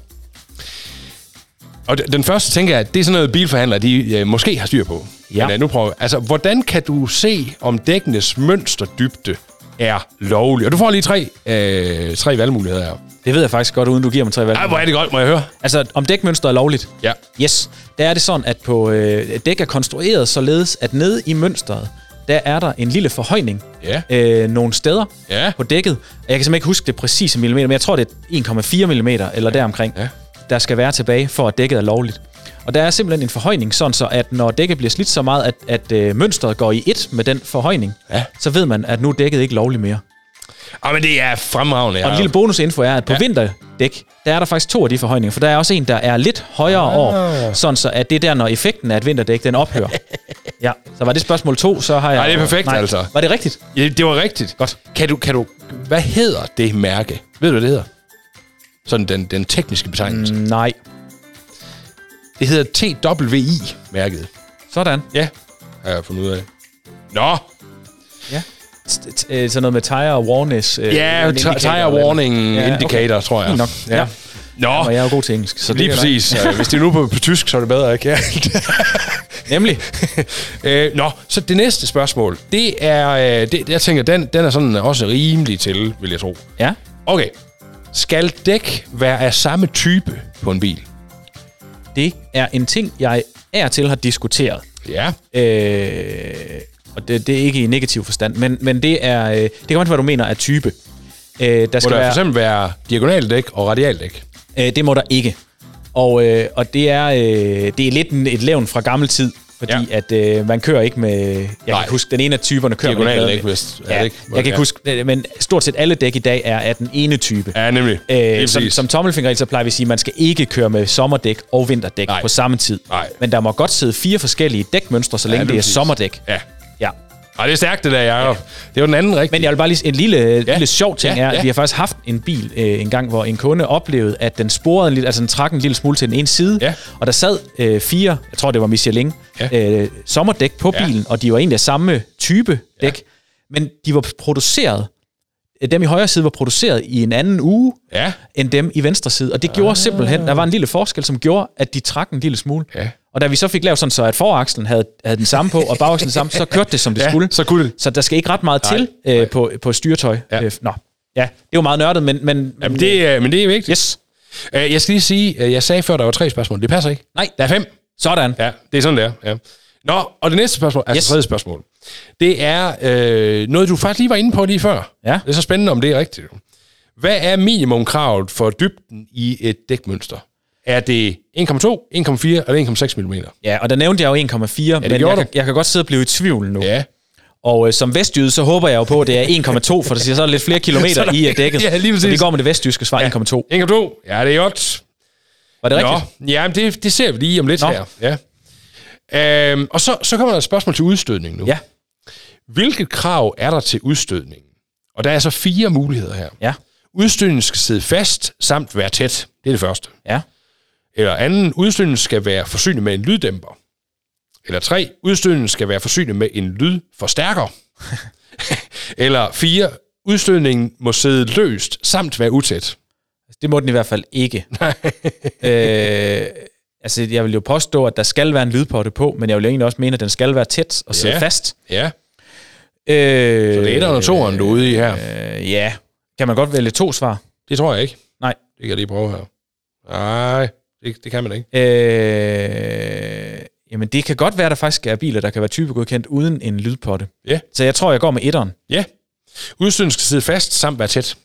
B: Og d- den første, tænker jeg, det er sådan noget, bilforhandlere, de øh, måske har styr på.
A: Ja.
B: Men, øh, nu prøver jeg. Altså, hvordan kan du se, om dækkenes mønsterdybde er lovlig? Og du får lige tre, øh, tre valgmuligheder her.
A: Det ved jeg faktisk godt, uden du giver mig tre valg.
B: Ej, hvor er det godt, må jeg høre?
A: Altså, om dækmønster er lovligt?
B: Ja.
A: Yes. Der er det sådan, at på øh, dæk er konstrueret således, at nede i mønstret, der er der en lille forhøjning
B: Ja.
A: øh, nogle steder
B: Ja.
A: på dækket. Og jeg kan simpelthen ikke huske det præcise millimeter, men jeg tror, det er 1,4 mm eller deromkring,
B: Ja.
A: der skal være tilbage, for at dækket er lovligt. Og der er simpelthen en forhøjning, sådan så at når dækket bliver slidt så meget, at, at øh, mønstret går i ét med den forhøjning,
B: Ja.
A: så ved man, at nu er dækket ikke lovligt mere.
B: Ah, men det er fremragende.
A: Og en lille bonusinfo er, at på
B: Ja.
A: ja. vinterdæk, der er der faktisk to af de forhøjninger, for der er også en, der er lidt højere ah. år, sådan så at det er der, når effekten af et vinterdæk, den ophører. ja, så var det spørgsmål to, så har jeg...
B: Nej, det er perfekt, altså.
A: Var det rigtigt?
B: Ja, det var rigtigt. Godt. Kan du, kan du... Hvad hedder det mærke? Ved du, hvad det hedder? Sådan den, den tekniske betegnelse. Mm.
A: Nej.
B: Det hedder TWI-mærket.
A: Sådan.
B: Ja, har jeg fundet ud af. Nå,
A: Ja. øh, Sådan noget med tire og warness. øh,
B: ja,
A: en
B: t-
A: indikator
B: tire
A: eller noget.
B: warning
A: Ja, okay.
B: indicator, tror jeg.
A: Fint nok. Ja.
B: Nå,
A: Og jeg er jo god til engelsk. Så det
B: lige
A: kan
B: præcis. Øh, Hvis det er nu på, på tysk, så er det bedre, ikke? Ja.
A: jeg- Nemlig.
B: øh, nå, så det næste spørgsmål, det er... øh, Det, jeg tænker, den, den er sådan også rimelig til, vil jeg tro.
A: Ja.
B: Okay. Skal dæk være af samme type på en bil?
A: Det er en ting, jeg er til har diskuteret.
B: Ja.
A: Øh, og det, det er ikke i negativ forstand, men, men det er... øh, Det kommer an på, hvad du mener er type. Øh, der skal
B: Må der for
A: være,
B: eksempel være diagonaldæk og radialdæk?
A: øh, det må der ikke. Og, øh, og det er øh, det er lidt en, et levn fra gammel tid, fordi
B: Ja.
A: ja. at øh, man kører ikke med... Jeg Nej.
B: Nej.
A: kan ikke huske, den ene af typerne kører man
B: Diagonal
A: med-
B: dæk, hvis- er
A: Ja,
B: det
A: jeg
B: ikke?
A: kan ikke
B: Ja.
A: huske, øh, men stort set alle dæk i dag er af den ene type.
B: Ja, nemlig.
A: Øh, som, som tommelfingerregel, så plejer vi at sige, at man skal ikke køre med sommerdæk og vinterdæk
B: Nej.
A: Nej. på samme tid.
B: Nej.
A: Men der må godt sidde fire forskellige dækmønstre, så længe ja,
B: lige
A: det er
B: præcis.
A: sommerdæk.
B: Ja.
A: Ja.
B: Ej, det er stærkt, det der, Jacob. Det var den anden rigtige.
A: Men jeg vil bare lige en lille, ja. lille sjov ting
B: Ja,
A: ja, er, at
B: ja.
A: vi har faktisk haft en bil øh, en gang, hvor en kunde oplevede, at den sporede en lille, altså den trak en lille smule til den ene side,
B: Ja.
A: og der sad øh, fire, jeg tror det var Michelin,
B: Ja.
A: ja. øh, sommerdæk på
B: Ja.
A: bilen, og de var egentlig af samme type dæk, men de var produceret, dem i højre side var produceret i en anden uge,
B: Ja.
A: end dem i venstre side. Og det gjorde simpelthen, der var en lille forskel, som gjorde, at de trak en lille smule.
B: Ja.
A: Og da vi så fik lavet sådan, så at forakslen havde, havde den samme på, og bagakslen den samme, så kørte det, som det
B: Ja,
A: skulle.
B: så kunne det.
A: Så der skal ikke ret meget til øh, på, på styretøj.
B: Ja.
A: Øh, nå. Ja, det er jo meget nørdet, men... men
B: Jamen, det, er- men det er vigtigt.
A: Yes.
B: Øh, Jeg skal lige sige, øh, jeg sagde før, der var tre spørgsmål. Det passer ikke.
A: Nej,
B: Der er fem.
A: sådan.
B: Ja, det er sådan, det er. Ja. Nå, og det næste spørgsmål, altså yes.
A: Yes.
B: tredje spørgsmål, det er øh, noget, du faktisk lige var inde på lige før.
A: Ja.
B: Det er så spændende, om det er rigtigt. Hvad er minimumkravet for dybden i et dækmønster? Er det 1,2, 1,4 eller 1,6 mm?
A: Ja, og der nævnte jeg jo 1,4, ja, men jeg
B: gjorde
A: kan,
B: du.
A: jeg kan godt sidde og blive i tvivl nu.
B: Ja.
A: Og øh, som vestjyde, så håber jeg jo på, at det er 1,2, for det siger så er der lidt flere
B: Så er der-
A: kilometer i øh, dækket.
B: Ja, lige
A: så
B: præcis.
A: det går med det vestjyske svar 1,2.
B: 1,2? Ja, det er godt.
A: Var det rigtigt?
B: Nå, ja, men det, det ser vi lige om lidt
A: Nå.
B: her. Ja. Øhm, og så, så kommer der et spørgsmål til udstødning nu.
A: Ja,
B: Hvilket krav er der til udstødningen? Og der er så fire muligheder her.
A: ja,
B: Udstødningen skal sidde fast samt være tæt. Det er det første.
A: ja.
B: Eller anden, udstødningen skal være forsynet med en lyddæmper. Eller tre, udstødningen skal være forsynet med en lydforstærker. Eller fire, udstødningen må sidde løst samt være utæt.
A: Altså, Det må den i hvert fald ikke. øh, altså, jeg vil jo påstå, at der skal være en lydpotte på, men jeg vil egentlig også mene, at den skal være tæt og sidde
B: Ja.
A: ja. fast.
B: Ja,
A: Øh, Så
B: det er etteren og toeren, du er ude i her.
A: Øh, ja. Kan man godt vælge to svar?
B: Det tror jeg ikke.
A: Nej.
B: Det kan jeg lige prøve her. Nej, det, det kan man ikke.
A: Øh, jamen, det kan godt være, at der faktisk er biler, der kan være typegodkendt uden en lydpotte.
B: Ja.
A: Så jeg tror, jeg går med etteren.
B: Ja. Udstødningen skal sidde fast samt være tæt.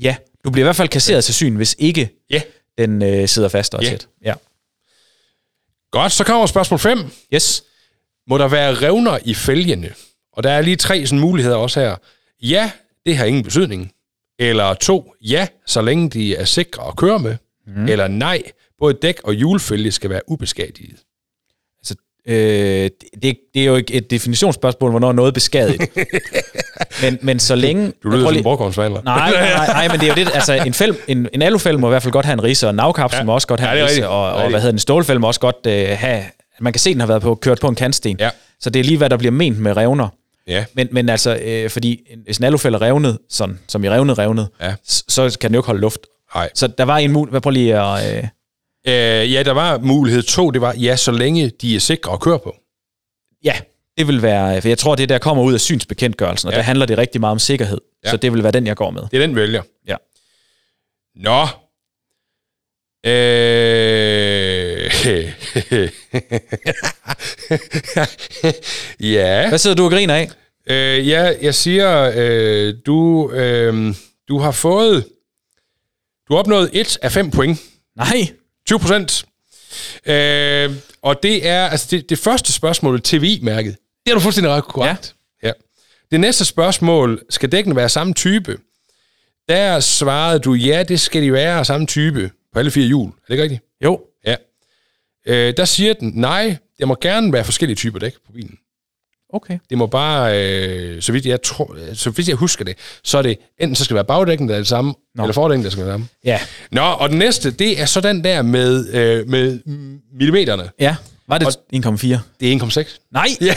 A: Ja. Du bliver i hvert fald kasseret til syn, hvis ikke
B: Ja.
A: den øh, sidder fast og er
B: Ja.
A: tæt. Ja.
B: Godt, så kommer spørgsmål 5.
A: Yes.
B: Må der være revner i fælgene? Og der er lige tre sådan, muligheder også her. Ja, det har ingen betydning. Eller to, ja, så længe de er sikre at køre med. Mm. Eller nej, både dæk og hjulfælge skal være ubeskadiget.
A: Altså, øh, det, det er jo ikke et definitionsspørgsmål, hvornår noget er beskadiget. men, men så længe... Jeg
B: Du lyder
A: prøver
B: som
A: lige-
B: en brugkornsvandler.
A: Nej, nej, nej, men det er jo det, altså en, fælm, en, en alufælm må i hvert fald godt have en rise, og en navkapsel
B: Ja.
A: ja. må også godt
B: Ja,
A: have
B: det
A: ja,
B: er
A: en
B: rigtigt.
A: rise, og,
B: Det er
A: og hvad
B: rigtigt.
A: hedder den, stålfælm må også godt øh, have, man kan se, den har været på, kørt på en kantsten.
B: Ja.
A: Så det er lige, hvad der bliver ment med revner.
B: Ja.
A: Men, men altså, øh, fordi en- hvis en alufælm er revnet, sådan, som i revnet revnet,
B: Ja.
A: s- så kan den jo ikke holde luft.
B: Nej.
A: Så der var en mul... Hvad prøver lige at... Øh,
B: Øh, ja, der var mulighed to, det var ja, så længe de er sikre at køre på.
A: Ja, det vil være, øh, for jeg tror, det der kommer ud af synsbekendtgørelsen, og
B: Ja.
A: ja. der handler det rigtig meget om sikkerhed.
B: Ja.
A: Ja. Så det vil være den, jeg går med.
B: Det er den, vi vælger.
A: Ja.
B: Nå. Øh... Øh, ja.
A: Hvad sidder du og griner af?
B: Øh, ja, jeg siger, øh, du, øh, du har fået... Du har opnået 1 af 5 point.
A: Nej.
B: 20 procent. Øh, og det er altså det, det første spørgsmål, TVI-mærket. Det er du fuldstændig ret korrekt. Ja. ja. Det næste spørgsmål, skal dækken være samme type? Der svarede du, ja, det skal de være af samme type på alle fire hjul. Er det ikke rigtigt?
A: Jo.
B: Ja. Øh, der siger den, nej, det må gerne være forskellige typer dæk på bilen.
A: Okay.
B: Det må bare, øh, så, vidt jeg tror, så vidt jeg husker det, så er det enten så skal det være bagdækken, der er det samme, Nå. eller fordækken, der skal være det samme.
A: Ja.
B: Nå, og den næste, det er så den der med, øh, med millimeterne.
A: Ja. Var det 1,4?
B: Det er 1,6.
A: Nej. Ja,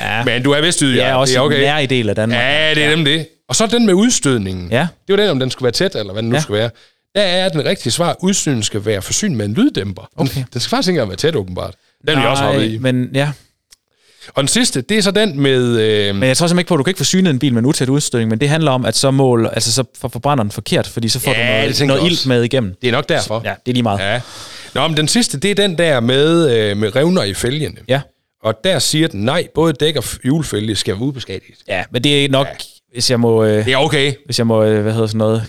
A: ja.
B: Men du er vestjyde,
A: det er også
B: det er
A: en
B: okay.
A: nær del af Danmark.
B: Ja, det er nemlig det. Og så den med udstødningen.
A: Ja.
B: Det var den, om den skulle være tæt, eller hvad den nu
A: Ja.
B: ja. skal være. Der er den rigtige svar, udstødningen skal være forsynet med en lyddæmper. Okay. Den skal faktisk ikke engang være tæt, åbenbart. Den er vi også hoppet i.
A: Men ja.
B: Og den sidste, det er så den med... Øh,
A: Men jeg tror simpelthen ikke på, at du kan ikke få synet en bil med en utæt udstødning, men det handler om, at så mål, altså så for- forbrænder den forkert, fordi så får
B: Ja,
A: du
B: det
A: noget,
B: tænker
A: noget
B: jeg
A: ilt
B: også.
A: med igennem.
B: det er nok derfor.
A: Ja, det er lige meget.
B: Ja. Nå, men den sidste, det er den der med, øh, med revner i fælgene.
A: Ja.
B: Og der siger den, nej, både dæk og hjulfælge skal være ubeskadiget.
A: Ja, men det er nok, ja. hvis jeg må... Øh,
B: Det er okay.
A: hvis jeg må, øh, hvad hedder sådan noget,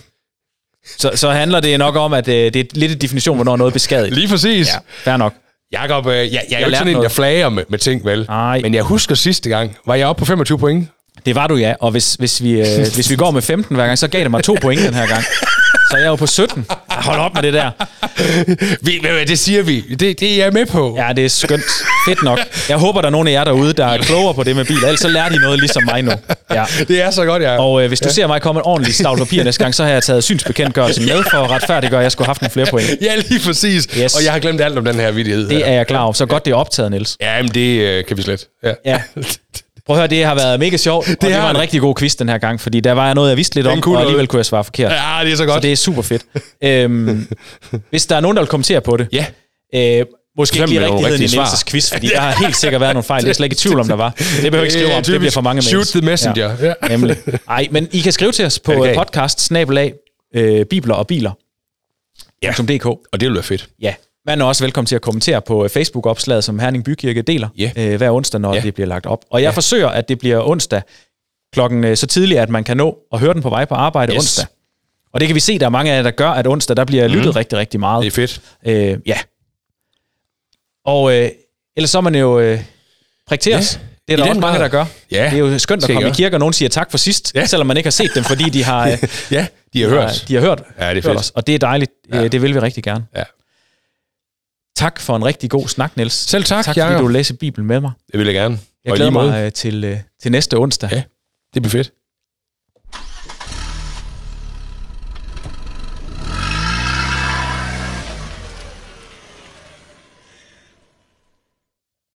A: så, så handler det nok om, at øh, det er lidt en definition, hvornår noget er beskadiget.
B: Lige præcis. Ja.
A: Ja, fair nok.
B: Jakob, øh, jeg, jeg, jeg er
A: lærte
B: jo ikke sådan en, der
A: noget.
B: flager med, med ting, vel?
A: Nej.
B: Men jeg husker sidste gang, var jeg oppe på 25 point.
A: Det var du, ja. Og hvis, hvis, vi, øh, hvis vi går med 15 hver gang, så gav det mig to point den her gang. Så jeg er jo på 17. Ah, Hold op med det der.
B: Vi, ved du hvad, det siger vi. Det, det er jeg med på.
A: Ja, det er skønt. Fedt nok. Jeg håber, der er nogen af jer derude, der er klogere på det med bil. Ellers så lærer de noget ligesom mig nu. Ja.
B: Det er så godt, jeg er.
A: Og øh, hvis du ja. ser mig komme en ordentlig stavl papir næste gang, så har jeg taget synsbekendtgørelse med for at retfærdiggøre, at jeg skulle have haft en flere øh, point.
B: Ja, lige præcis.
A: Yes.
B: Og jeg har glemt alt om den her vidighed.
A: Det
B: her.
A: er jeg klar over. Så godt, det er optaget, Niels.
B: Jamen, det øh, kan vi slet. Ja.
A: Ja. Prøv at høre, det har været mega sjovt, det og det
B: har
A: var en
B: det.
A: rigtig god quiz den her gang, fordi der var jeg noget, jeg vidste lidt
B: Den
A: om,
B: kunne
A: og
B: noget.
A: alligevel kunne jeg svare forkert. Ja,
B: ja, det er så
A: så
B: godt.
A: det er super fedt. øhm, hvis der er nogen, der vil kommentere på det,
B: Ja.
A: øh, måske ikke
B: eksempel
A: lige
B: nogle
A: rigtigheden i
B: rigtige
A: Nielses quiz, fordi der har helt sikkert været nogle fejl. Det er slet ikke i tvivl om, der var. Det behøver jeg ikke skrive om, det bliver for mange
B: Shoot
A: mails.
B: the messenger. Ja.
A: Ja, nemlig. Ej, men I kan skrive til os på
B: det kan
A: okay.
B: I.
A: podcast, snabelag, øh, bibler og biler. Ja. Som DK.
B: Og det ville være fedt.
A: Ja. Man er også velkommen til at kommentere på øh, Facebook-opslaget, som Herning Bykirke deler
B: Ja.
A: øh, hver onsdag, når
B: Ja.
A: det bliver lagt op. Og jeg forsøger, at det bliver onsdag klokken øh, så tidligt, at man kan nå at høre den på vej på arbejde
B: Yes. Mhm.
A: yes. onsdag. Og det kan vi se, der er mange af jer, der gør, at onsdag der bliver lyttet rigtig, rigtig meget.
B: Det er fedt.
A: Øh, ja. Og øh, ellers så er man jo øh, prægteres. Ja. Det er der
B: den
A: også mange,
B: grad.
A: der gør.
B: Ja,
A: Det er jo skønt at
B: skal I
A: komme i
B: gøre.
A: kirke, og nogen siger tak for sidst, ja. selvom man ikke har set dem, fordi de har, øh,
B: Ja, de har hørt.
A: de har hørt,
B: Ja, det er
A: hørt
B: fedt.
A: os. Og det er dejligt. Ja. Det vil vi rigtig gerne.
B: Ja.
A: Tak for en rigtig god snak, Niels.
B: Selv tak,
A: tak fordi
B: Jacob.
A: du læser Bibelen med mig.
B: Det vil jeg gerne.
A: Jeg
B: Og i
A: glæder
B: lige måde.
A: mig øh, til, øh, til næste onsdag.
B: Ja. Det bliver fedt.